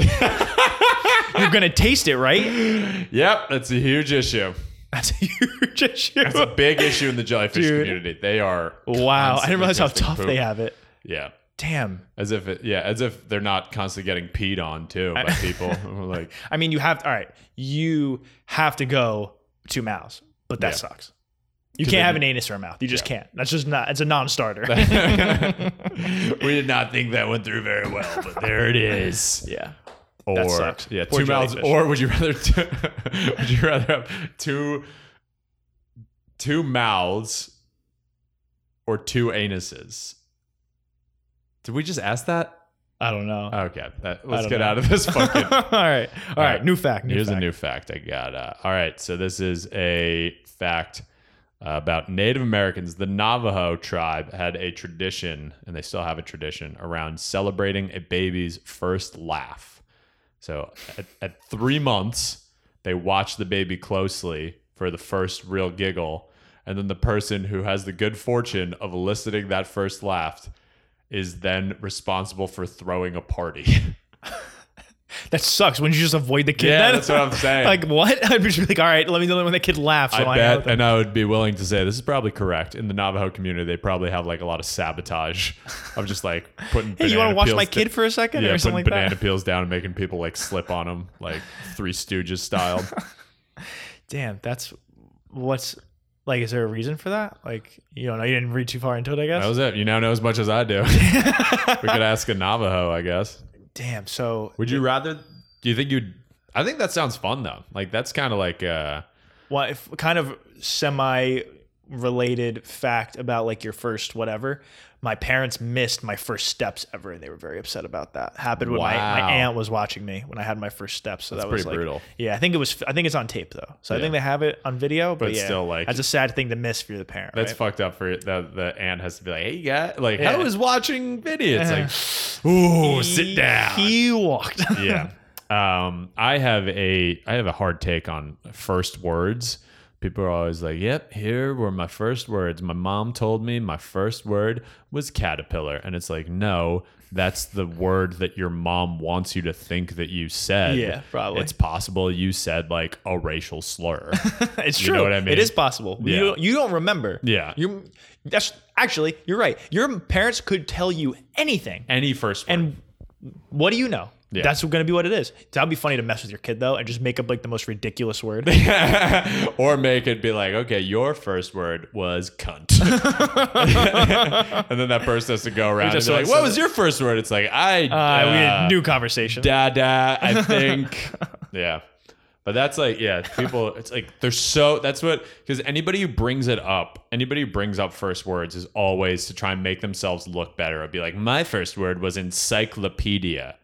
A: you're gonna taste it, right?
B: Yep, that's a huge issue.
A: That's a huge issue.
B: That's a big issue in the jellyfish
A: Dude.
B: community. They are
A: wow, I
B: constantly
A: didn't realize how
B: tasting
A: tough
B: poop.
A: they have it.
B: Yeah,
A: Damn.
B: as if it, yeah, as if they're not constantly getting peed on too by people. We're like
A: I mean, you have. All right, you have to go two mouths, but that
B: Yeah.
A: sucks. You
B: 'Cause
A: can't
B: they
A: have
B: do-
A: an anus or a mouth. You just can't. That's just not. It's a non-starter.
B: we did not think that went through very well, but there it is.
A: yeah.
B: Or
A: That sucks.
B: yeah,
A: Poor
B: two mouths.
A: jellyfish.
B: Or would you rather two, would you rather have two two mouths or two anuses? Did we just ask that?
A: I don't know.
B: Okay, that, let's
A: don't
B: get
A: know.
B: out of this fucking
A: all right. All
B: All
A: right.
B: right.
A: New fact. New
B: Here's
A: fact.
B: a new fact I got. Uh, all right, so this is a fact uh, about Native Americans. The Navajo tribe had a tradition, and they still have a tradition, around celebrating a baby's first laugh. So at, at three months, they watch the baby closely for the first real giggle, and then the person who has the good fortune of eliciting that first laugh is then responsible for throwing a party.
A: That sucks. Wouldn't you just avoid the kid?
B: yeah,
A: then?
B: that's what I'm saying.
A: like what? I'd just be like, all right, let me know when the kid laughs. so
B: I
A: know
B: bet,
A: that-
B: and I would be willing to say this is probably correct. In the Navajo community, they probably have like a lot of sabotage of just like putting.
A: Hey, you want to
B: banana
A: watch
B: peels
A: my
B: da-
A: kid for a second
B: yeah,
A: or something like
B: putting banana
A: that?
B: peels down and making people like slip on them, like Three Stooges style.
A: Damn, that's what's like. Is there a reason for that? Like you don't know. You didn't read too far into it, I guess.
B: that was it. You now know as much as I do. we could ask a Navajo, I guess.
A: Damn. So
B: Would you rather? Do you think you'd? I think that sounds fun though. Like that's kind of like uh,
A: what? If, kind of semi related fact about like your first whatever. My parents missed my first steps ever, and they were very upset about that. Happened when my,
B: Wow.
A: my aunt was watching me when I had my first steps. So
B: that's
A: that was
B: pretty
A: like,
B: brutal.
A: Yeah, I think it was. I think it's on tape though, so I
B: Yeah.
A: think they have it on video. But,
B: But
A: yeah,
B: still, like-
A: that's a sad thing to miss if you're the parent.
B: That's
A: right?
B: fucked up for the the aunt has to be like, hey, you got like
A: Yeah. Uh-huh.
B: I was watching video. It's like, ooh, sit down.
A: He, he walked.
B: yeah. Um, I have a I have a hard take on first words. people are always like, "Yep, here were my first words. My mom told me my first word was caterpillar." And it's like, "No, that's the word that your mom wants you to think that you said."
A: Yeah, probably.
B: It's possible you said like a racial slur.
A: it's
B: You
A: true.
B: know what I mean?
A: It is possible.
B: Yeah.
A: You don't, you don't remember.
B: Yeah.
A: You that's actually you're right. Your parents could tell you anything.
B: Any first word.
A: And what do you know?
B: Yeah.
A: That's going to be what it is. That'd be funny to mess with your kid though, and just make up like the most ridiculous word.
B: or make it be like, okay, your first word was cunt. and then that person has to go around and
A: just
B: be like,
A: said
B: what
A: that.
B: was your first word? It's like, I,
A: Uh, we had
B: uh,
A: a new conversation.
B: dada, I think. yeah. But that's like, yeah, people, it's like, they're so, that's what, because anybody who brings it up, anybody who brings up first words is always to try and make themselves look better. It'd be like, my first word was encyclopedia.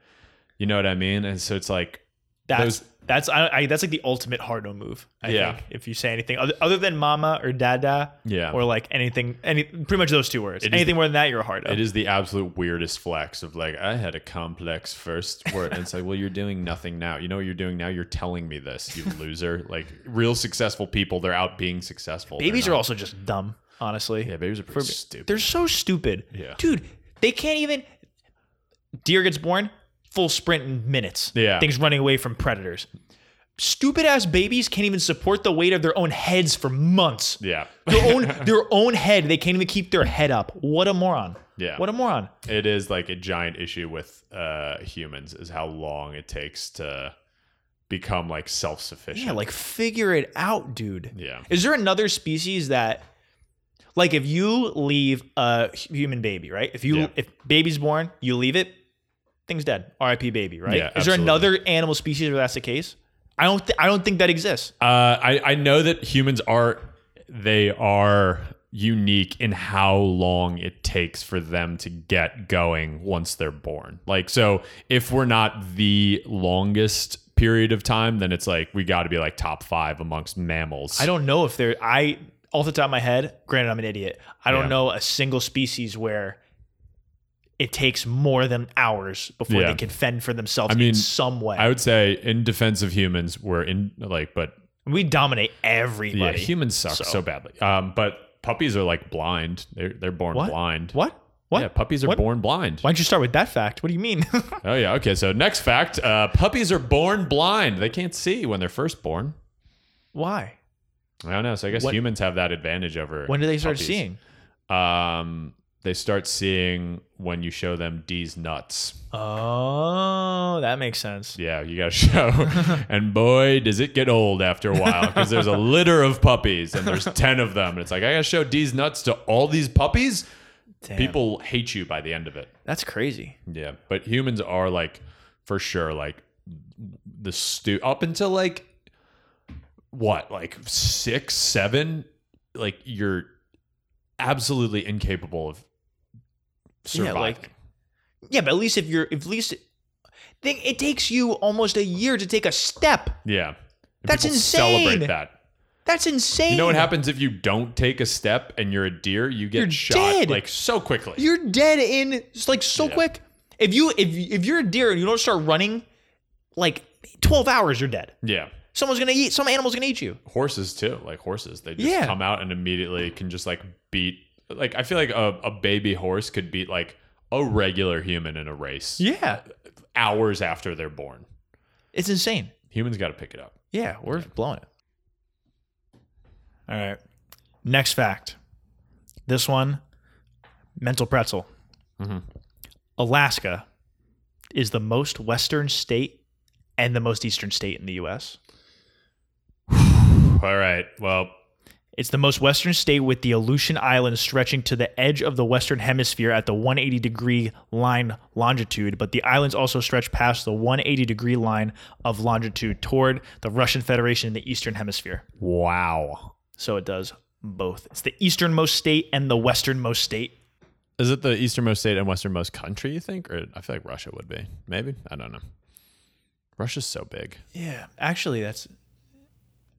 B: You know what I mean? And so it's like,
A: that's
B: those-
A: that's I, I, that's like the ultimate hard no move. I
B: Yeah.
A: think, if you say anything other, other than mama or dada,
B: Yeah.
A: or like anything, any pretty much those two words.
B: is-
A: anything more than that, you're a hard no.
B: It is the absolute weirdest flex of like, I had a complex first word. And it's like, well, you're doing nothing now. You know what you're doing now? You're telling me this, you loser. Like, real successful people, they're out being successful. They're
A: Babies are
B: not-
A: also just dumb, honestly.
B: Yeah, babies are pretty stupid.
A: They're so stupid.
B: Yeah.
A: Dude, they can't even. Deer gets born, full sprint in minutes.
B: Yeah.
A: Things running away from predators. Stupid ass babies can't even support the weight of their own heads for months.
B: yeah.
A: Their own their own head. They can't even keep their head up. What a moron.
B: Yeah.
A: What a moron.
B: it is like a giant issue with uh, humans is how long it takes to become like self sufficient.
A: Yeah, like figure it out, dude.
B: Yeah.
A: Is there another species that like if you leave a hu- human baby, right? If you
B: Yeah.
A: if baby's born, you leave it, thing's dead. RIP baby, right?
B: Yeah,
A: Is there
B: absolutely.
A: another animal species where that's the case? I don't th- I don't think that exists.
B: Uh, I, I know that humans are they are unique in how long it takes for them to get going once they're born. Like so if we're not the longest period of time, then it's like we gotta be like top five amongst mammals.
A: I don't know if there I off the top of my head, granted I'm an idiot. I don't
B: Yeah.
A: know a single species where it takes more than hours before
B: Yeah.
A: they can fend for themselves
B: mean,
A: in some way.
B: I would say in defense of humans, we're in like but
A: we dominate everybody.
B: yeah, humans suck so, badly. Um but puppies are like blind. They're they're born
A: What?
B: blind.
A: What? What?
B: Yeah, puppies are
A: What?
B: born blind.
A: Why don't you start with that fact? What do you mean?
B: Oh yeah. Okay. So next fact: uh, puppies are born blind. They can't see when they're first born.
A: Why?
B: I don't know. So I guess
A: When-
B: humans have that advantage over.
A: When do they start
B: puppies.
A: seeing?
B: Um, they start seeing when you show them D's nuts.
A: Oh, that makes sense.
B: Yeah, you gotta show. and boy, does it get old after a while because there's a litter of puppies and there's ten of them. And it's like I gotta show D's nuts to all these puppies.
A: Damn,
B: People hate you by the end of it.
A: that's crazy.
B: Yeah, but humans are like for sure like the stu up until like what like six seven like you're absolutely incapable of surviving.
A: Yeah, like yeah, but at least if you're, if at least, think it takes you almost a year to take a step.
B: yeah. And
A: That's
B: people Celebrate
A: insane.
B: that.
A: That's insane.
B: You know what happens if you don't take a step and you're a deer? You get
A: You're
B: shot
A: dead.
B: like so quickly.
A: You're dead in it's like so
B: Yeah.
A: quick. If you if if you're a deer and you don't start running, like twelve hours, you're dead.
B: yeah.
A: Someone's gonna eat. Some animal's gonna eat you.
B: horses too like horses they just
A: Yeah.
B: come out and immediately can just like beat like i feel like a, a baby horse could beat like a regular human in a race
A: Yeah,
B: hours after they're born
A: it's insane.
B: humans got to pick it up
A: Yeah, we're blowing it. All right. Next fact. This one, mental pretzel. Mm-hmm.
B: Mhm.
A: Alaska is the most western state and the most eastern state in the U.S.
B: all right well
A: It's the most western state with the Aleutian Islands stretching to the edge of the western hemisphere at the 180 degree line longitude, but the islands also stretch past the 180 degree line of longitude toward the Russian Federation in the eastern hemisphere.
B: wow
A: So it does both. It's the easternmost state and the westernmost state.
B: is it the easternmost state and westernmost country you think or i feel like russia would be maybe i don't know russia's so big
A: Yeah. Actually, that's.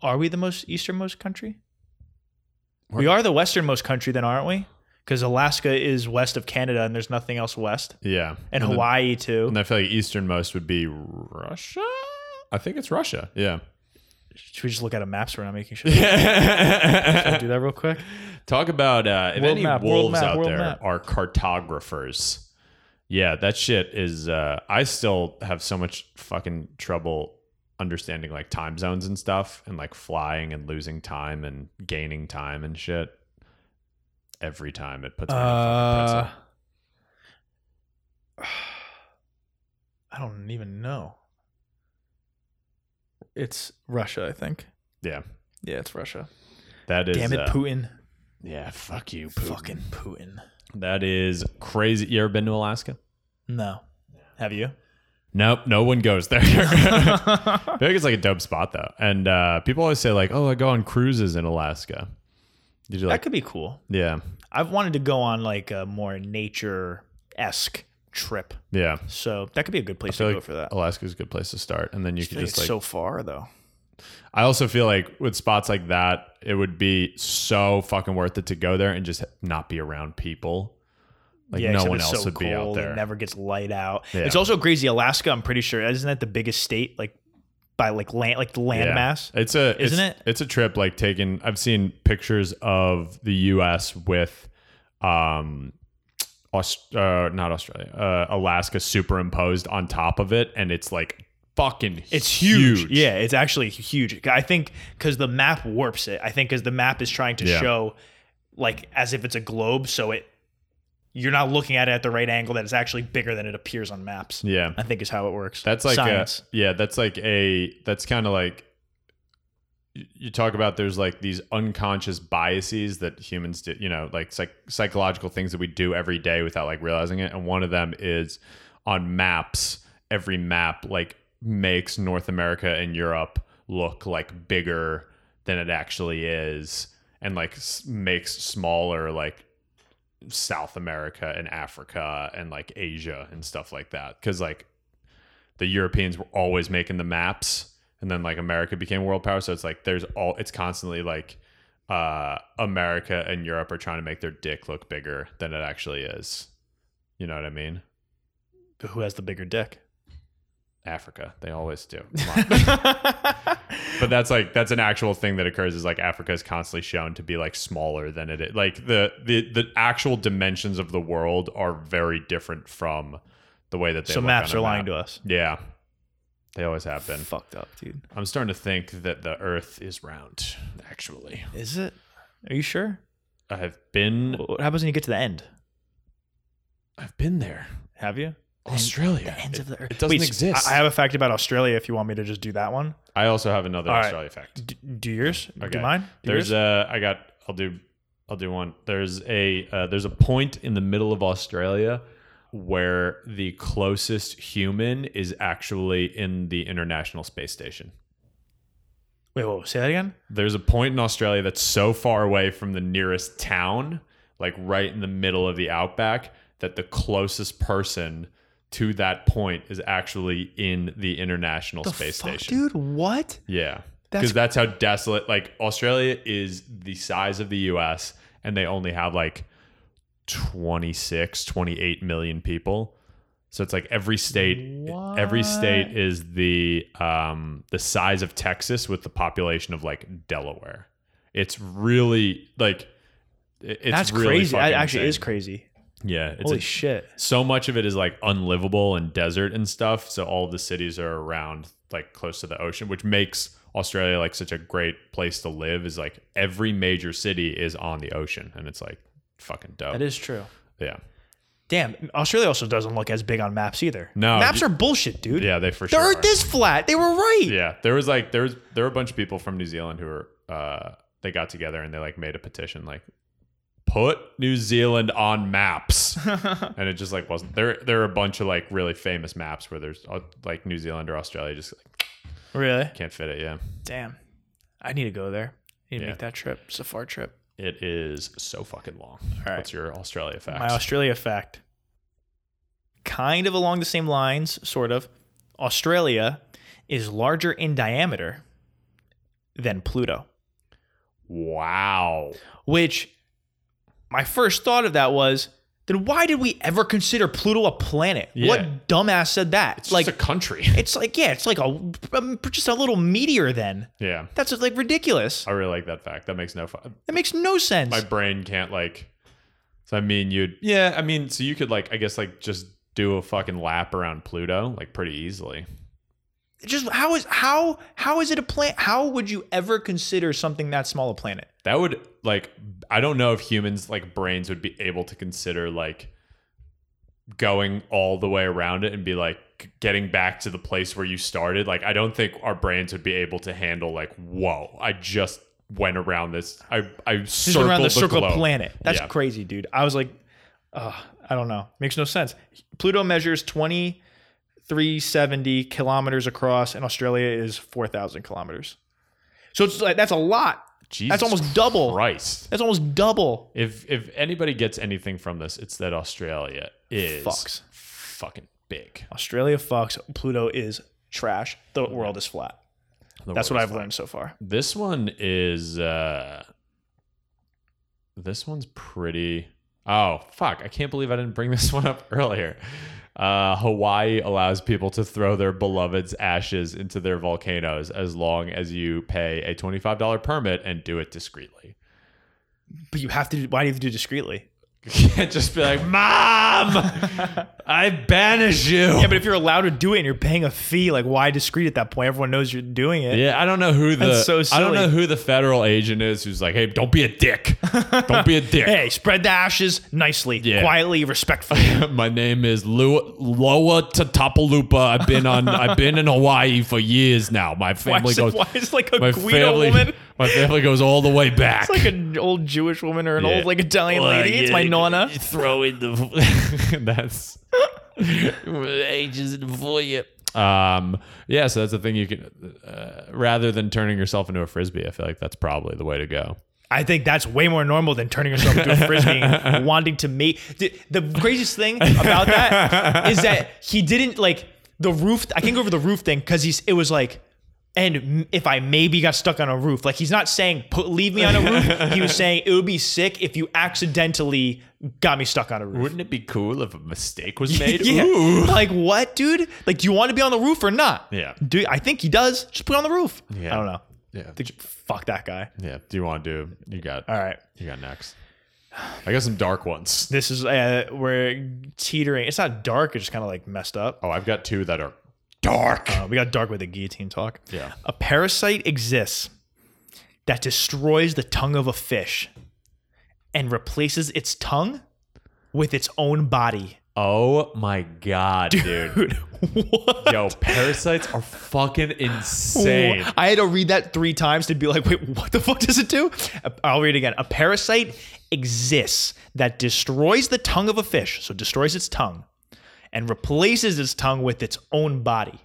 A: Are we the most easternmost country? we are the westernmost country, then, aren't we? Because Alaska is west of Canada and there's nothing else west.
B: yeah
A: And,
B: then-
A: Hawaii, too.
B: and i feel like easternmost would be russia i think it's russia yeah
A: Should we just look at a map so we're not making shit? up? Should I do that real quick.
B: Talk about uh, if
A: World
B: any
A: map, world
B: wolves
A: map,
B: out
A: world
B: there
A: map.
B: are cartographers. Yeah, that shit is. Uh, I still have so much fucking trouble understanding like time zones and stuff, and like flying and losing time and gaining time and shit. Every time it puts me in a fucking
A: Uh,
B: pretzel.
A: I don't even know. It's Russia, I think.
B: Yeah,
A: Yeah, it's Russia.
B: that is.
A: Damn it,
B: uh,
A: Putin.
B: Yeah, fuck you, Putin.
A: Fucking Putin.
B: That is crazy. You ever been to Alaska?
A: No. Have you?
B: Nope, no one goes there. I think it's like a dope spot though, and uh, people always say like, "Oh, I go on cruises in Alaska." Did you
A: That
B: like?
A: could be cool.
B: yeah,
A: I've wanted to go on like a more nature esque trip.
B: yeah.
A: So that could be a good place
B: I feel
A: to go
B: like
A: for that.
B: Alaska's a good place to start, and then you
A: I
B: could
A: think
B: just
A: it's
B: like.
A: so far though.
B: I also feel like with spots like that, it would be so fucking worth it to go there and just not be around people. Like no
A: except
B: one
A: it's
B: else would be out
A: cold,
B: there.
A: It never gets light out.
B: Yeah.
A: It's also crazy. Alaska, I'm pretty sure, isn't that the biggest state like by like land like the landmass?
B: Yeah.
A: mass?
B: It's a it's-
A: Isn't it?
B: It's a trip like taken. I've seen pictures of the U.S. with, um, Aust- uh, not Australia, uh, Alaska superimposed on top of it, and it's like fucking.
A: It's huge. Yeah, it's actually huge. I think because the map warps it. I think because the map is trying to
B: Yeah.
A: show like as if it's a globe, so it you're not looking at it at the right angle that it's actually bigger than it appears on maps.
B: yeah.
A: I think is how it works.
B: That's like
A: science.
B: a yeah. That's like a that's kind of like y- you talk about. There's like these unconscious biases that humans do. You know, like psych- psychological things that we do every day without like realizing it. And one of them is on maps. Every map like makes North America and Europe look like bigger than it actually is, and like s- makes smaller like South America and Africa and like Asia and stuff like that. Cause like the Europeans were always making the maps and then like America became world power. So it's like there's all it's constantly like uh America and Europe are trying to make their dick look bigger than it actually is. You know what I mean?
A: who has the bigger dick?
B: Africa. They always do. Come on. but that's like that's an actual thing that occurs is like Africa is constantly shown to be like smaller than it is. Like the the the actual dimensions of the world are very different from the way that they
A: so
B: look
A: maps
B: on
A: are
B: a
A: lying
B: map.
A: to us.
B: Yeah. They always have been.
A: Fucked up, dude.
B: I'm starting to think that the Earth is round. Actually,
A: Is it? Are you sure?
B: I've been
A: What happens when you get to the end?
B: I've been there.
A: Have you?
B: Australia.
A: ends
B: it,
A: of the earth.
B: it doesn't
A: Wait,
B: exist.
A: I I have a fact about Australia. If you want me to just do that one,
B: I also have another
A: All right.
B: Australia fact.
A: D- do yours.
B: Okay.
A: Do mine. Do
B: There's
A: yours?
B: a I got I'll do I'll do one. There's a uh, there's a point in the middle of Australia where the closest human is actually in the International Space Station.
A: wait. Whoa. Say that again.
B: There's a point in Australia that's so far away from the nearest town, like right in the middle of the outback, that the closest person to that point is actually in the International Space
A: Fuck,
B: Station.
A: dude. What?
B: Yeah.
A: That's-
B: Because that's how desolate, like, Australia is the size of the US, and they only have like 26, 28 million people. So it's like every state, every state is the um, the size of Texas with the population of like Delaware. It's really like it- it's
A: That's
B: really
A: crazy. That
B: fucking
A: actually is
B: insane.
A: crazy.
B: yeah. It's
A: Holy
B: a-
A: shit.
B: so much of it is like unlivable and desert and stuff. So all of the cities are around like close to the ocean, which makes Australia like such a great place to live. Is like every major city is on the ocean, and it's like fucking dope.
A: That is true.
B: yeah,
A: Damn. Australia also doesn't look as big on maps either.
B: No,
A: Maps
B: you-
A: are bullshit, dude.
B: yeah, they for
A: The
B: sure.
A: Earth
B: are.
A: is flat. They were right.
B: yeah, there was like there was there were a bunch of people from New Zealand who were uh they got together and they like made a petition like put New Zealand on maps. and it just like wasn't there there are a bunch of like really famous maps where there's uh, like New Zealand or Australia just like
A: Really?
B: can't fit it, yeah.
A: Damn. I need to go there. I need to
B: Yeah.
A: make that trip. It's a far trip.
B: It is so fucking long.
A: right.
B: What's your Australia fact?
A: My Australia fact. Kind of along the same lines, sort of. Australia is larger in diameter than Pluto,
B: wow.
A: which my first thought of that was then why did we ever consider Pluto a planet?
B: Yeah.
A: What dumbass said that?
B: It's
A: like
B: just a country.
A: it's like yeah, it's like a um, just a little meteor. Then
B: yeah.
A: that's like ridiculous.
B: I really like that fact. That makes no fun.
A: That makes no sense.
B: My brain can't like. So I mean, you'd yeah. I mean, so you could like I guess like just do a fucking lap around Pluto like pretty easily.
A: just how is how how is it a planet? How would you ever consider something that small a planet?
B: That would like I don't know if humans like brains would be able to consider like going all the way around it and be like g- getting back to the place where you started. Like I don't think our brains would be able to handle like whoa, I just went around this. I I
A: Just
B: circled
A: around the,
B: the,
A: circle
B: globe.
A: planet. That's
B: Yeah.
A: crazy, dude. I was like, uh, I don't know. Makes no sense. Pluto measures twenty three seventy kilometers across, and Australia is four thousand kilometers. So it's like that's a lot.
B: Jesus
A: That's almost double.
B: Christ.
A: That's almost double.
B: If if anybody gets anything from this, it's that Australia is
A: Fucks.
B: fucking big.
A: Australia fucks. Pluto is trash. The world is flat.
B: The
A: That's what
B: world is
A: I've learned so far.
B: This one is uh this one's pretty Oh, fuck. I can't believe I didn't bring this one up earlier. Uh, Hawaii allows people to throw their beloved's ashes into their volcanoes as long as you pay a $25 permit and do it discreetly.
A: But you have to. do- Why do you have to do it discreetly?
B: You can't just be like, Mom, I banish you.
A: Yeah, but if you're allowed to do it and you're paying a fee, like why discreet at that point? Everyone knows you're doing it.
B: Yeah, I don't know who the
A: That's so
B: I
A: silly.
B: don't know who the federal agent is who's like, hey, don't be a dick. Don't be a dick.
A: Hey, spread the ashes nicely,
B: Yeah.
A: quietly, respectfully.
B: My name is Lu- Loa Tatapalupa. I've been on. I've been in Hawaii for years now. My
A: Why
B: family
A: is, it,
B: goes.
A: why is it like a
B: my
A: Guido
B: family.
A: woman?
B: My family goes all the way
A: It's
B: back.
A: like an old Jewish woman or an
B: Yeah.
A: old like Italian
B: Well,
A: lady. It's
B: yeah,
A: my
B: you-
A: nonna.
B: you throw in the. that's ages in for you. Um. Yeah. So that's the thing you can, uh, rather than turning yourself into a frisbee, I feel like that's probably the way to go.
A: I think that's way more normal than turning yourself into a frisbee, and wanting to mate. The, the craziest thing about that is that he didn't like the roof. I can't go over the roof thing because he's. It was like, and m- if I maybe got stuck on a roof, like he's not saying put leave me on a roof. He was saying it would be sick if you accidentally got me stuck on a roof.
B: Wouldn't it be cool if a mistake was made?
A: yeah.
B: Ooh.
A: Like what, dude? Like, do you want to be on the roof or not?
B: Yeah.
A: Dude, I think he does. Just put it on the roof.
B: Yeah.
A: I don't know.
B: Yeah.
A: Think- fuck that guy.
B: Yeah. Do you want to do? You got.
A: All right.
B: You got next. I got some dark ones.
A: This is uh, we're teetering. It's not dark. It's just kind of like messed up.
B: Oh, I've got two that are dark.
A: Uh, we got dark with the guillotine talk.
B: Yeah.
A: A parasite exists that destroys the tongue of a fish and replaces its tongue with its own body.
B: Oh my god, dude.
A: Dude, what?
B: Yo, parasites are fucking insane.
A: I had to read that three times to be like, wait, what the fuck does it do? I'll read it again. A parasite exists that destroys the tongue of a fish, so destroys its tongue, and replaces its tongue with its own body.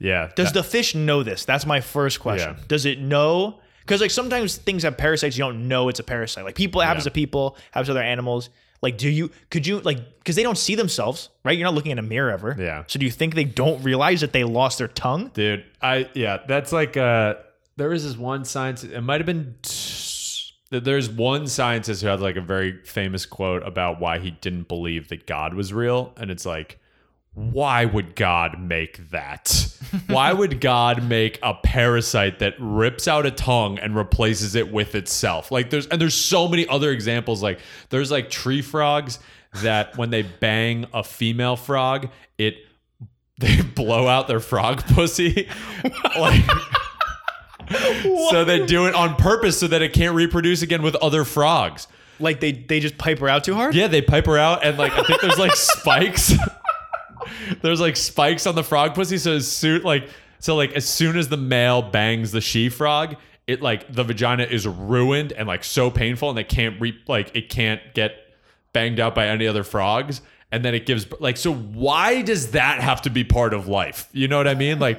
B: Yeah.
A: Does
B: that-
A: the fish know this? That's my first question.
B: Yeah.
A: Does it know? Because like sometimes things have parasites, you don't know it's a parasite. Like people it happens
B: Yeah.
A: to people, happens to other animals. Like, do you could you like because they don't see themselves, right? You're not looking in a mirror ever.
B: Yeah.
A: So do you think they don't realize that they lost their tongue?
B: dude, I yeah, that's like uh there was this one scientist it might have been t- there's one scientist who had like a very famous quote about why he didn't believe that God was real, and it's like why would God make that? Why would God make a parasite that rips out a tongue and replaces it with itself? Like there's and there's so many other examples. Like there's like tree frogs that when they bang a female frog, it they blow out their frog pussy. like so they do it on purpose so that it can't reproduce again with other frogs.
A: Like they they just pipe her out too hard?
B: Yeah, they pipe her out, and like I think there's like spikes. there's like spikes on the frog pussy. So as soon like so like as soon as the male bangs the she frog, it like the vagina is ruined and like so painful, and they can't re like it can't get banged out by any other frogs. And then it gives like so. Why does that have to be part of life? You know what I mean? Like,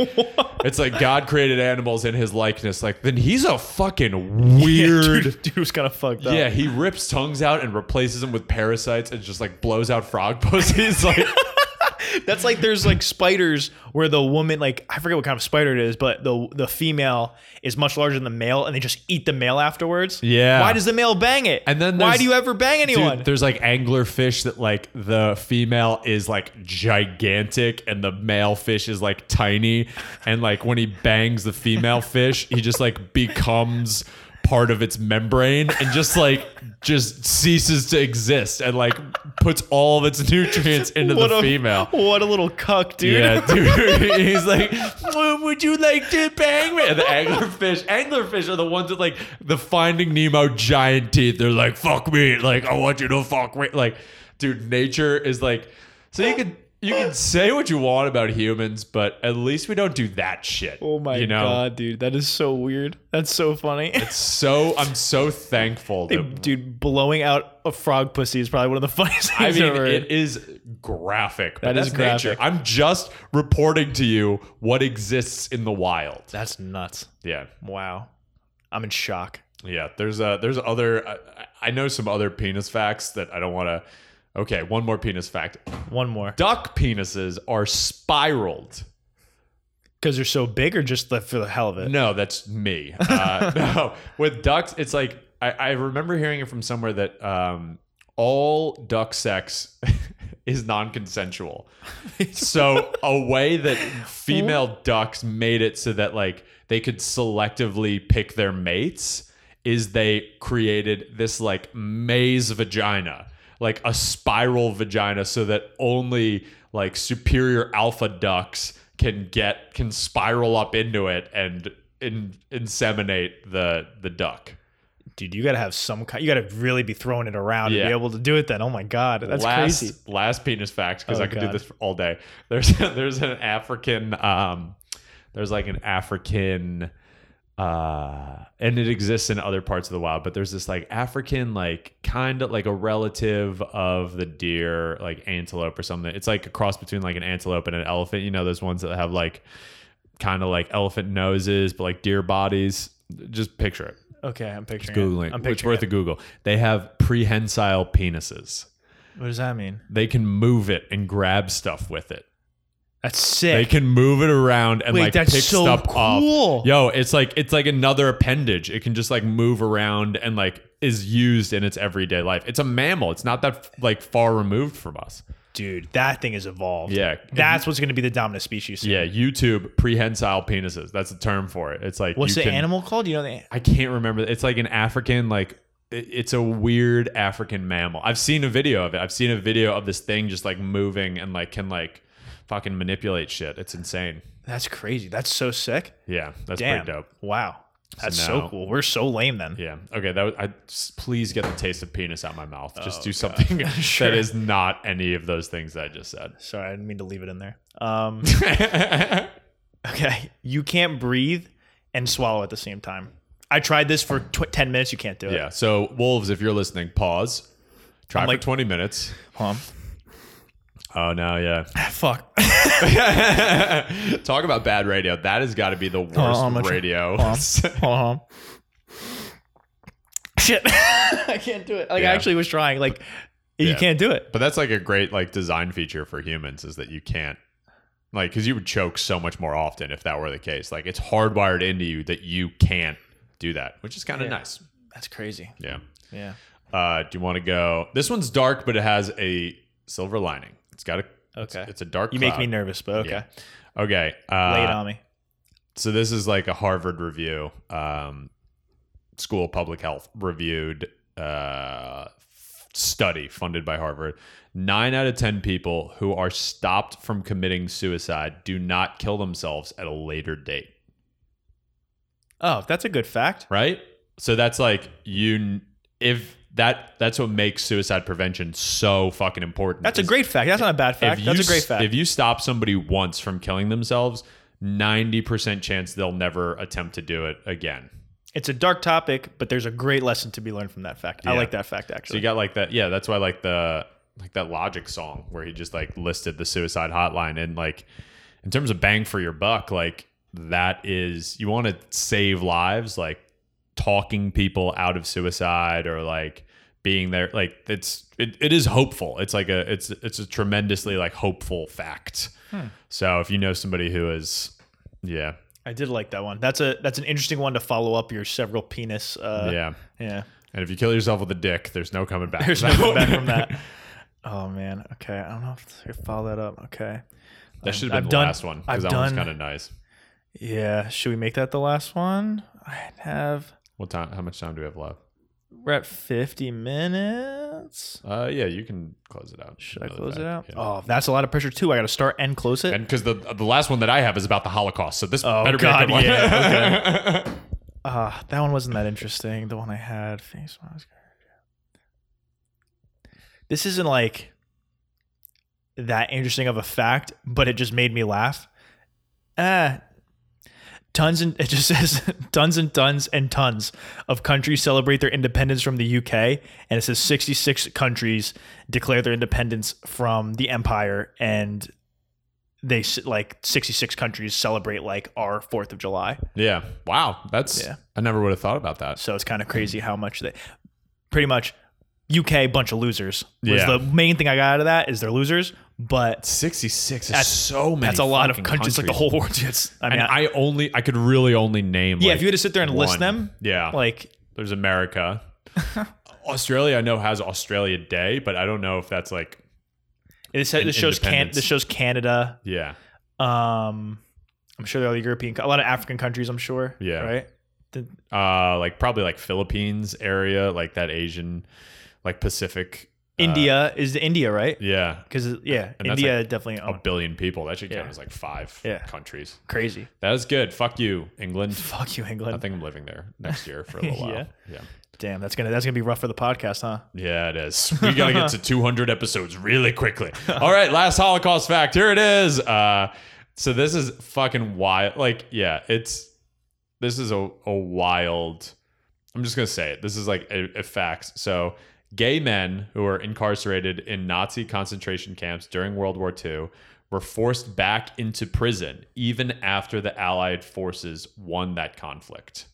B: it's like God created animals in His likeness. Like, then He's a fucking
A: Yeah,
B: weird.
A: dude, dude was kind of fucked up.
B: Yeah, he rips tongues out and replaces them with parasites and just like blows out frog pussies. like,
A: That's like there's like spiders where the woman like I forget what kind of spider it is, but the the female is much larger than the male, and they just eat the male afterwards.
B: Yeah.
A: Why does the male bang it?
B: And then
A: why
B: there's-
A: do you ever bang anyone?
B: Dude, there's like anglerfish that like the female is like gigantic and the male fish is like tiny, and like when he bangs the female fish, he just like becomes part of its membrane and just like just ceases to exist and like puts all of its nutrients into
A: what
B: the
A: a
B: female.
A: What a little cuck, dude.
B: Yeah, dude. He's like, "Mom, would you like to bang me? And the anglerfish, anglerfish are the ones that like the Finding Nemo giant teeth. They're like, fuck me. Like, I want you to fuck me. Like, dude, nature is like, so you could you can say what you want about humans, but at least we don't do that shit.
A: Oh my
B: you know?
A: god, dude, that is so weird. That's so funny.
B: So I'm so thankful. That,
A: dude, blowing out a frog pussy is probably one of the funniest
B: I
A: things
B: mean,
A: I've ever.
B: it is graphic. But
A: That is
B: that's nature.
A: graphic.
B: I'm just reporting to you what exists in the wild.
A: That's nuts.
B: Yeah.
A: Wow, I'm in shock.
B: Yeah, there's uh there's other I, I know some other penis facts that I don't want to. Okay, one more penis fact.
A: One more,
B: Duck penises are spiraled.
A: because they're so big, or just the, for the hell of it.
B: No, that's me. Uh, no, with ducks, it's like I, I remember hearing it from somewhere that um, all duck sex is non-consensual. so a way that female ducks made it so that like they could selectively pick their mates is they created this like maze vagina, like a spiral vagina, so that only like superior alpha ducks can get can spiral up into it and in, inseminate the the duck.
A: dude, you gotta have some kind. You gotta really be throwing it around
B: Yeah.
A: and be able to do it. Then, oh my god, that's
B: last,
A: crazy.
B: Last penis fact because
A: Oh,
B: I could do
A: God.
B: this for all day. There's there's an African um, there's like an African uh, and it exists in other parts of the wild, but there's this like African like kind of like a relative of the deer, like antelope or something. It's like a cross between like an antelope and an elephant. You know those ones that have like kind of like elephant noses but like deer bodies. Just picture it.
A: Okay, I'm picturing.
B: Googling.
A: It. I'm
B: It's
A: picturing.
B: worth a Google. They have prehensile penises
A: it. What does that mean?
B: they can move it and grab stuff with it.
A: That's
B: They
A: sick.
B: can move it around and
A: Wait,
B: like
A: that's
B: pick
A: so
B: stuff
A: cool.
B: up. Yo, it's like it's like another appendage. It can just like move around and like is used in its everyday life. It's a mammal. It's not that like far removed from us.
A: dude, that thing is evolved.
B: Yeah.
A: that's what's gonna be the dominant species. soon.
B: Yeah, YouTube prehensile penises. That's the term for it. It's like
A: What's
B: you
A: the
B: can-
A: animal called? You know the
B: I can't remember. It's like an African, like it- it's a weird African mammal. I've seen a video of it. I've seen a video of this thing just like moving and like can like fucking manipulate shit. It's insane.
A: That's crazy. That's so sick.
B: Yeah, that's
A: Damn.
B: pretty dope.
A: Wow. That's
B: So
A: so,
B: now-
A: cool. We're so lame then.
B: Yeah. Okay. That was, I just- please get the taste of penis out of my mouth. Just do something
A: Oh, Sure.
B: that is not any of those things that I just said.
A: Sorry, I didn't mean to leave it in there. Um, okay. You can't breathe and swallow at the same time. I tried this for tw- 10 minutes. You can't do it.
B: yeah. So wolves, if you're listening, pause. Try for
A: like-
B: 20 minutes.
A: Huh?
B: Oh no, yeah.
A: Fuck.
B: Talk about bad radio. That has got to be the worst
A: on, Uh, I'm gonna try-
B: radio.
A: Hold on. Shit. I can't do it. Like,
B: Yeah.
A: I actually was trying. Like,
B: Yeah.
A: you can't do it.
B: but that's like a great like design feature for humans is that you can't like because you would choke so much more often if that were the case. Like it's hardwired into you that you can't do that, which is kind of nice.
A: That's crazy.
B: Yeah.
A: Yeah.
B: Uh, do you want to go? This one's dark, but it has a silver lining. It's got a. it's-
A: Okay.
B: It's, a dark.
A: You make
B: cloud.
A: me nervous, but okay.
B: Yeah. Okay. Uh,
A: Lay it on me.
B: So this is like a Harvard review, um, School of Public Health reviewed uh, study funded by Harvard. Nine out of ten people who are stopped from committing suicide do not kill themselves at a later date.
A: Oh, that's a good fact.
B: right? So that's like you if that that's what makes suicide prevention so fucking important.
A: That's a
B: is
A: great fact. That's not a bad
B: if
A: fact. That's
B: you
A: a great
B: s-
A: fact.
B: If you stop somebody once from killing themselves, 90% chance they'll never attempt to do it again.
A: it's a dark topic, but there's a great lesson to be learned from that fact. I
B: Yeah.
A: like that fact
B: So
A: actually.
B: you got like that yeah, that's why like the like that logic song where he just like listed the suicide hotline and like in terms of bang for your buck, like that is you want to save lives like talking people out of suicide or like being there. Like it's it, it is hopeful. It's like a it's it's a tremendously like hopeful fact.
A: Hmm.
B: So if you know somebody who is yeah.
A: I did like that one. That's a that's an interesting one to follow up your several penis. Uh,
B: yeah.
A: yeah.
B: And if you kill yourself with a dick, there's no coming back.
A: There's nothing back from that. Oh man. Okay. I don't know if to follow that up. Okay.
B: That should have
A: I've
B: been the
A: done-
B: last one
A: I've
B: because that one's
A: done-
B: kind of nice.
A: Yeah. Should we make that the last one? I have.
B: What time? How much time do we have left?
A: We're at 50 minutes.
B: Uh, yeah, you can close it out.
A: Should I close it out? Oh, that's a lot of pressure too. I got to start and close it.
B: And because the the last one that I have is about the Holocaust, so this
A: oh
B: better
A: God.
B: be a good one.
A: Yeah. Okay. uh, that one wasn't that interesting. The one I had. Face mask. This isn't like that interesting of a fact, but it just made me laugh. Uh, tons and it just says tons and tons and tons of countries celebrate their independence from the UK, and it says 66 countries declare their independence from the empire, and they s- like 66 countries celebrate like our Fourth of July.
B: yeah. Wow. That's.
A: Yeah.
B: I never would have thought about that.
A: So it's kind of crazy how much they pretty much UK bunch of losers was
B: Yeah.
A: the main thing I got out of that is they're losers, but
B: Sixty six is
A: That's-
B: so many.
A: that's a lot of
B: fucking
A: countries, like the whole world. It's, I mean,
B: And
A: I,
B: I only I could really only name.
A: yeah,
B: like,
A: if you had to sit there and list
B: one.
A: them,
B: Yeah.
A: like
B: There's America. Australia, I know has Australia Day, but I don't know if that's like
A: it said, this shows can
B: independence.
A: this shows Canada.
B: yeah.
A: Um, I'm sure there are other European, a lot of African countries. I'm sure.
B: Yeah.
A: Right.
B: Uh like probably like Philippines area, like that Asian like Pacific. uh,
A: India is the India, right?
B: yeah.
A: Because yeah,
B: And that's
A: India definitely
B: A
A: oh,
B: billion people. That should count
A: Yeah.
B: as like five
A: Yeah.
B: countries.
A: crazy.
B: That is good. Fuck you, England.
A: Fuck you,
B: I
A: England.
B: think I'm living there next year for a little
A: Yeah.
B: while. Yeah.
A: Damn, that's gonna that's gonna be rough for the podcast, huh?
B: Yeah, it is. We got to get to 200 episodes really quickly. All right, last Holocaust fact. Here it is. Uh, so this is fucking wild. Like, yeah, it's this is a, a wild. I'm just gonna say it. This is like a, a fact. So, gay men who were incarcerated in Nazi concentration camps during World War II were forced back into prison even after the Allied forces won that conflict.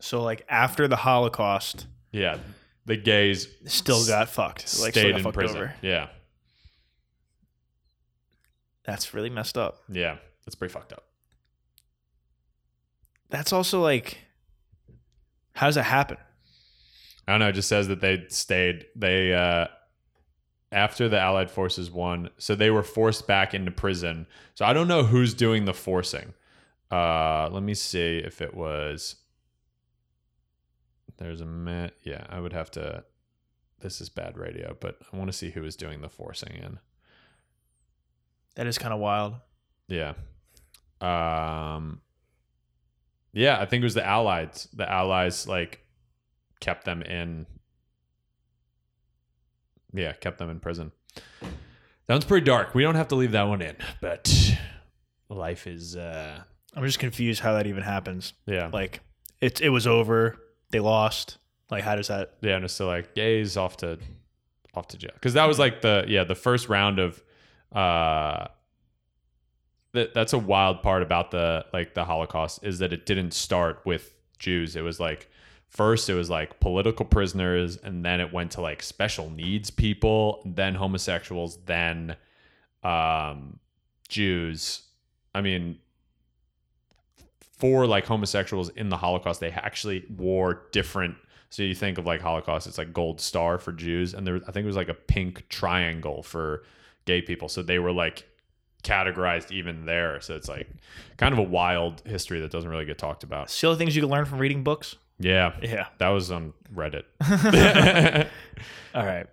A: So like after the Holocaust,
B: Yeah, the gays
A: still got fucked. Like still
B: stayed
A: got
B: in
A: fucked
B: prison.
A: over.
B: Yeah.
A: That's really messed up.
B: Yeah, that's pretty fucked up.
A: That's also like, how does that happen?
B: I don't know. It just says that they stayed. They uh, after the Allied forces won, so they were forced back into prison. So I don't know who's doing the forcing. Uh, let me see if it was. There's a man. Yeah, I would have to. This is bad radio, but I want to see who is doing the forcing in.
A: That is kind of wild.
B: Yeah. Um Yeah, I think it was the Allies. The Allies like kept them in Yeah, kept them in prison. That one's pretty dark. We don't have to leave that one in, but life is uh
A: I'm just confused how that even happens.
B: yeah.
A: Like, it it was over. They lost. Like, how does that?
B: Yeah, and it's still like gays off to off to jail because that was like the yeah the first round of uh that that's a wild part about the like the Holocaust is that it didn't start with Jews. It was like first it was like political prisoners, and then it went to like special needs people, then homosexuals, then um Jews. I mean, for like homosexuals in the Holocaust, they actually wore different. So you think of like Holocaust, it's like gold star for Jews, and there I think it was like a pink triangle for gay people. So they were like categorized even there. So it's like kind of a wild history that doesn't really get talked about.
A: Still things you can learn from reading books.
B: Yeah,
A: Yeah.
B: that was on Reddit.
A: All right.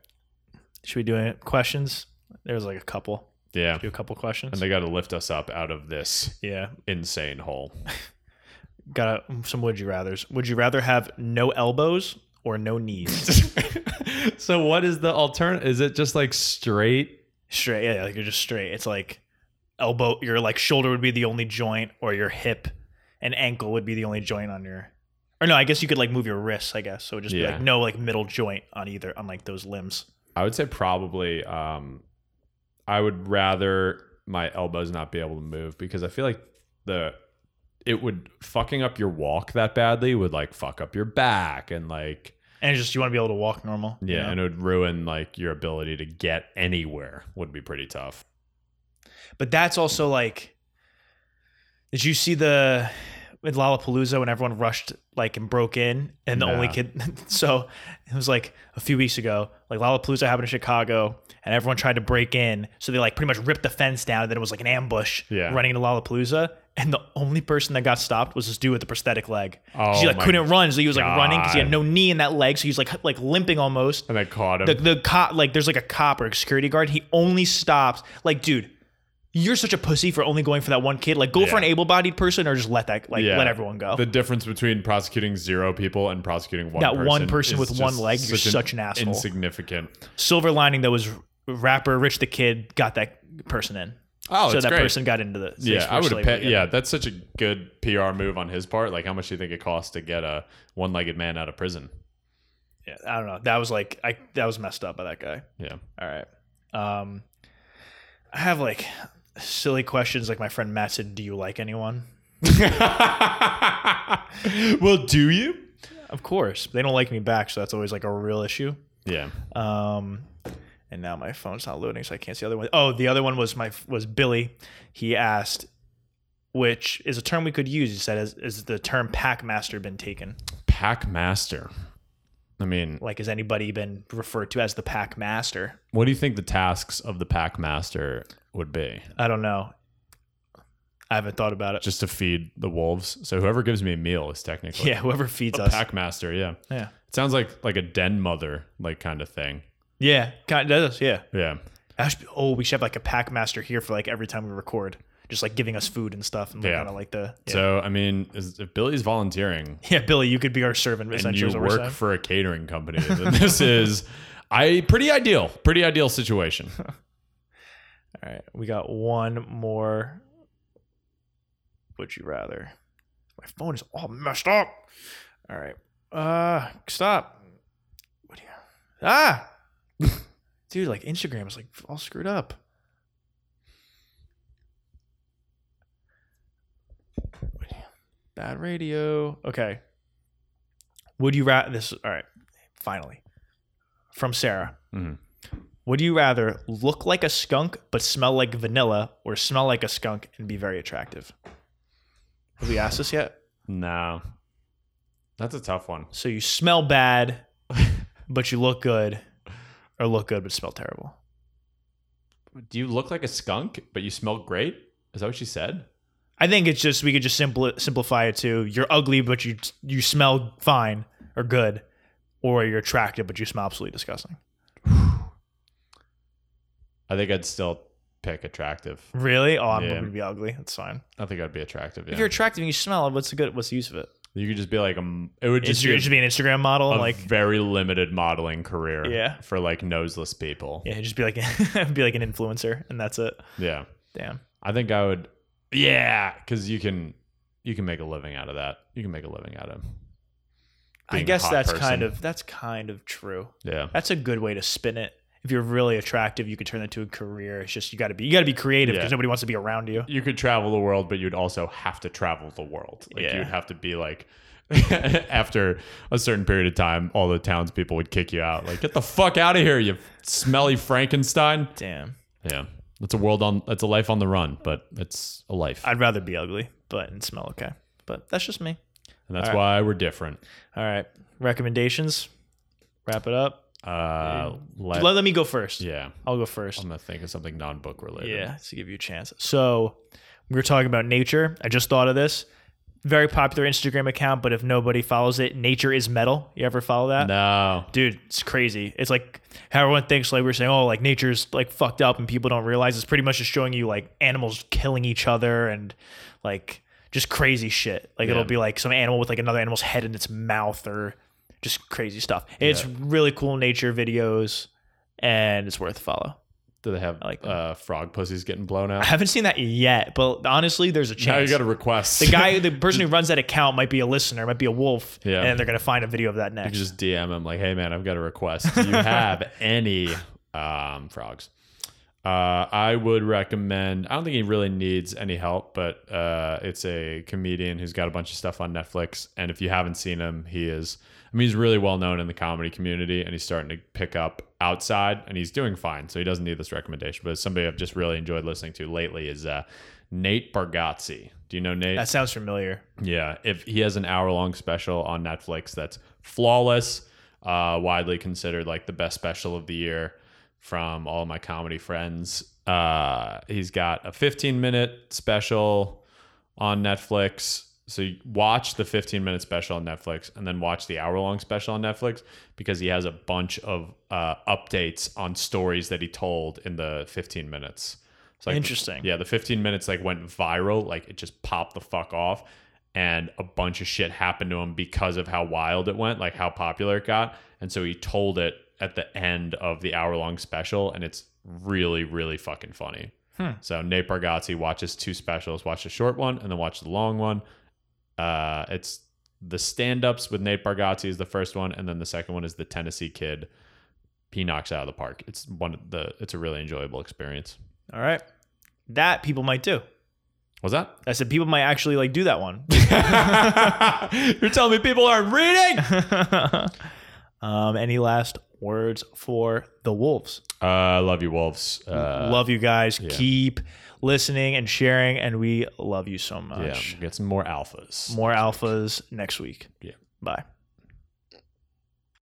A: Should we do it? questions? There's like a couple.
B: yeah,
A: Do a couple
B: and
A: questions.
B: they got to lift us up out of this
A: yeah.
B: insane hole.
A: Got some would you rather's. Would you rather have no elbows or no knees?
B: so what is the alternative? Is it just like straight?
A: straight. Yeah, like you're just straight. It's like elbow. Your like shoulder would be the only joint, or your hip and ankle would be the only joint on your. Or no, I guess you could like move your wrists. I guess so. It'd just be
B: Yeah.
A: like no like middle joint on either on like those limbs.
B: I would say probably um I would rather my elbows not be able to move because I feel like the it would fucking up your walk that badly would like fuck up your back and like
A: and it's just you want to be able to walk normal. you
B: Yeah,
A: know?
B: and it would ruin like your ability to get anywhere. Would be pretty tough.
A: But that's also like, did you see the with Lollapalooza when everyone rushed like and broke in and the only
B: Nah.
A: kid? So it was like a few weeks ago. Like Lollapalooza happened in Chicago and everyone tried to break in, so they like pretty much ripped the fence down. And then it was like an ambush
B: Yeah.
A: running into Lollapalooza. And the only person that got stopped was this dude with the prosthetic leg. 'Cause he
B: Oh
A: like
B: my
A: couldn't run, so he was like running because he had
B: God.
A: no knee in that leg, so he was like like limping almost
B: And they caught him.
A: the the cop like there's like a cop or a security guard he only stops like dude you're such a pussy for only going for that one kid like go for
B: Yeah.
A: an able-bodied person or just let that like
B: Yeah.
A: let everyone go
B: the difference between prosecuting zero people and prosecuting one
A: Oh. That
B: person
A: one person
B: is
A: with one
B: just
A: leg, you're such an asshole.
B: Insignificant.
A: silver lining though was rapper rich the kid got that person in
B: Oh,
A: so
B: it's
A: that
B: great.
A: person got into the
B: yeah, I would have.
A: have
B: paid. yeah, that's such a good PR move on his part. Like, how much do you think it costs to get a one-legged man out of prison?
A: yeah i don't know that was like i that was messed up by that guy
B: Yeah.
A: all right um i have like silly questions like my friend matt said do you like anyone
B: well, do you?
A: of course they don't like me back so that's always like a real issue
B: Yeah.
A: Um, and now my phone's not loading, so I can't see the other one. Oh, the other one was my was Billy. He asked, which is a term we could use. He said, "Has is the term packmaster been taken?
B: Pack master. I mean,
A: Like, has anybody been referred to as the packmaster?"
B: what do you think the tasks of the pack master would be?
A: I don't know. I haven't thought about it.
B: Just to feed the wolves. So whoever gives me a meal is technically
A: yeah, whoever feeds
B: a
A: us.
B: pack master. Yeah.
A: yeah,
B: It sounds like like a den mother like kind of thing.
A: yeah, kind of does. Yeah.
B: Yeah.
A: That should be- oh, we should have like a packmaster here for like every time we record, just like giving us food and stuff, and
B: Yeah.
A: kind of like the yeah.
B: So I mean, is, if Billy's volunteering
A: yeah, Billy, you could be our servant.
B: and
A: Essentially,
B: you
A: is what we're
B: work
A: saying.
B: for a catering company, then this is I pretty ideal, pretty ideal situation.
A: All right, we got one more. Would you rather? My phone is all messed up. All right, uh, stop. What do you? Ah, dude, like Instagram is like all screwed up. What do you- Bad radio. Okay. Would you rather this? All right, finally, from Sarah.
B: Mhm.
A: Would you rather look like a skunk but smell like vanilla or smell like a skunk and be very attractive? Have we asked this yet?
B: No, that's a tough one.
A: So you smell bad but you look good or look good but smell terrible.
B: Do you look like a skunk, but you smell great? Is that what she said?
A: I think it's just we could just simpli- simplify it to you're ugly but you you smell fine or good or you're attractive but you smell absolutely disgusting.
B: I think I'd still pick attractive.
A: Really? Oh, I'm
B: Yeah.
A: going to be ugly. That's fine.
B: I think I'd be attractive.
A: If
B: Yeah.
A: you're attractive and you smell it, what's the good what's the use of it?
B: you could just be like a. m- It would just
A: Just, you
B: be
A: should be an Instagram model
B: a
A: like
B: very limited modeling career.
A: Yeah.
B: For like noseless people.
A: yeah, just be like be like an influencer and that's it.
B: yeah.
A: Damn.
B: I think I would. Yeah, because you can you can make a living out of that. You can make a living out of.
A: I
B: being a
A: guess
B: hot
A: that's
B: person.
A: kind of that's kind of true.
B: Yeah,
A: That's a good way to spin it. If you're really attractive, you could turn that to a career. It's just you got to be you got to be creative
B: Yeah.
A: because nobody wants to be around you.
B: you could travel the world, but you'd also have to travel the world. Like
A: Yeah.
B: you'd have to be like. After a certain period of time, all the townspeople would kick you out. Like, get the fuck out of here, you smelly Frankenstein.
A: Damn.
B: Yeah, that's a world on. That's a life on the run, but it's a life,
A: I'd rather be ugly, but and smell okay. But that's just me.
B: and that's why we're different.
A: All right. Recommendations. Wrap it up.
B: Uh, let-
A: Let, let me go first.
B: yeah,
A: I'll go first.
B: I'm gonna think of something non-book related.
A: Yeah, to give you a chance. So we were talking about nature. I just thought of this. Very popular Instagram account, but if nobody follows it, Nature is Metal. You ever follow that?
B: No.
A: dude, it's crazy. It's like how everyone thinks like we're saying, oh, like nature's like fucked up and people don't realize it's pretty much just showing you like animals killing each other and like just crazy shit. Like it'll be like some animal with like another animal's head in its mouth or just crazy stuff. It's really cool nature videos and it's worth a follow.
B: Do they have
A: like them.
B: uh, frog pussies getting blown
A: I
B: out?
A: haven't seen that yet, but honestly, there's a chance.
B: Now you got a request.
A: the guy, the person who runs that account might be a listener, might be a wolf,
B: Yeah.
A: and they're gonna find a video of that next.
B: You just DM him like, "Hey man, I've got a request. Do you have any um, frogs?" Uh, Uh, I would recommend. I don't think he really needs any help, but uh, it's a comedian who's got a bunch of stuff on Netflix. And if you haven't seen him, he is. I mean, he's really well known in the comedy community, and he's starting to pick up outside, and he's doing fine. So he doesn't need this recommendation. But somebody I've just really enjoyed listening to lately is uh, Nate Bargatze. Do you know Nate?
A: That sounds familiar.
B: Yeah, if he has an hour long special on Netflix that's flawless, uh, widely considered like the best special of the year from all my comedy friends. Uh, he's got a 15 minute special on Netflix. So you watch the 15 minute special on Netflix and then watch the hour long special on Netflix because he has a bunch of uh, updates on stories that he told in the 15 minutes. It's like-
A: Interesting.
B: yeah, the 15 minutes like went viral, like it just popped the fuck off, and a bunch of shit happened to him because of how wild it went, like how popular it got, and so he told it at the end of the hour long special, and it's really, really fucking funny. So Nate Bargatze watches two specials, watch the short one and then watch the long one. Uh, it's the stand ups with Nate Bargatze is the first one, and then the second one is the Tennessee Kid. He knocks it out of the park. It's one of the. It's a really enjoyable experience.
A: All right. That people might do.
B: Was that?
A: I said people might actually like do that one.
B: You're telling me people aren't reading?
A: um, any last words for the Wolves?
B: I uh, love you, wolves. Uh,
A: love you guys. Keep listening and sharing, and we love you so
B: yeah,
A: much.
B: get some more alphas.
A: More alphas next week.
B: Yeah.
A: Bye.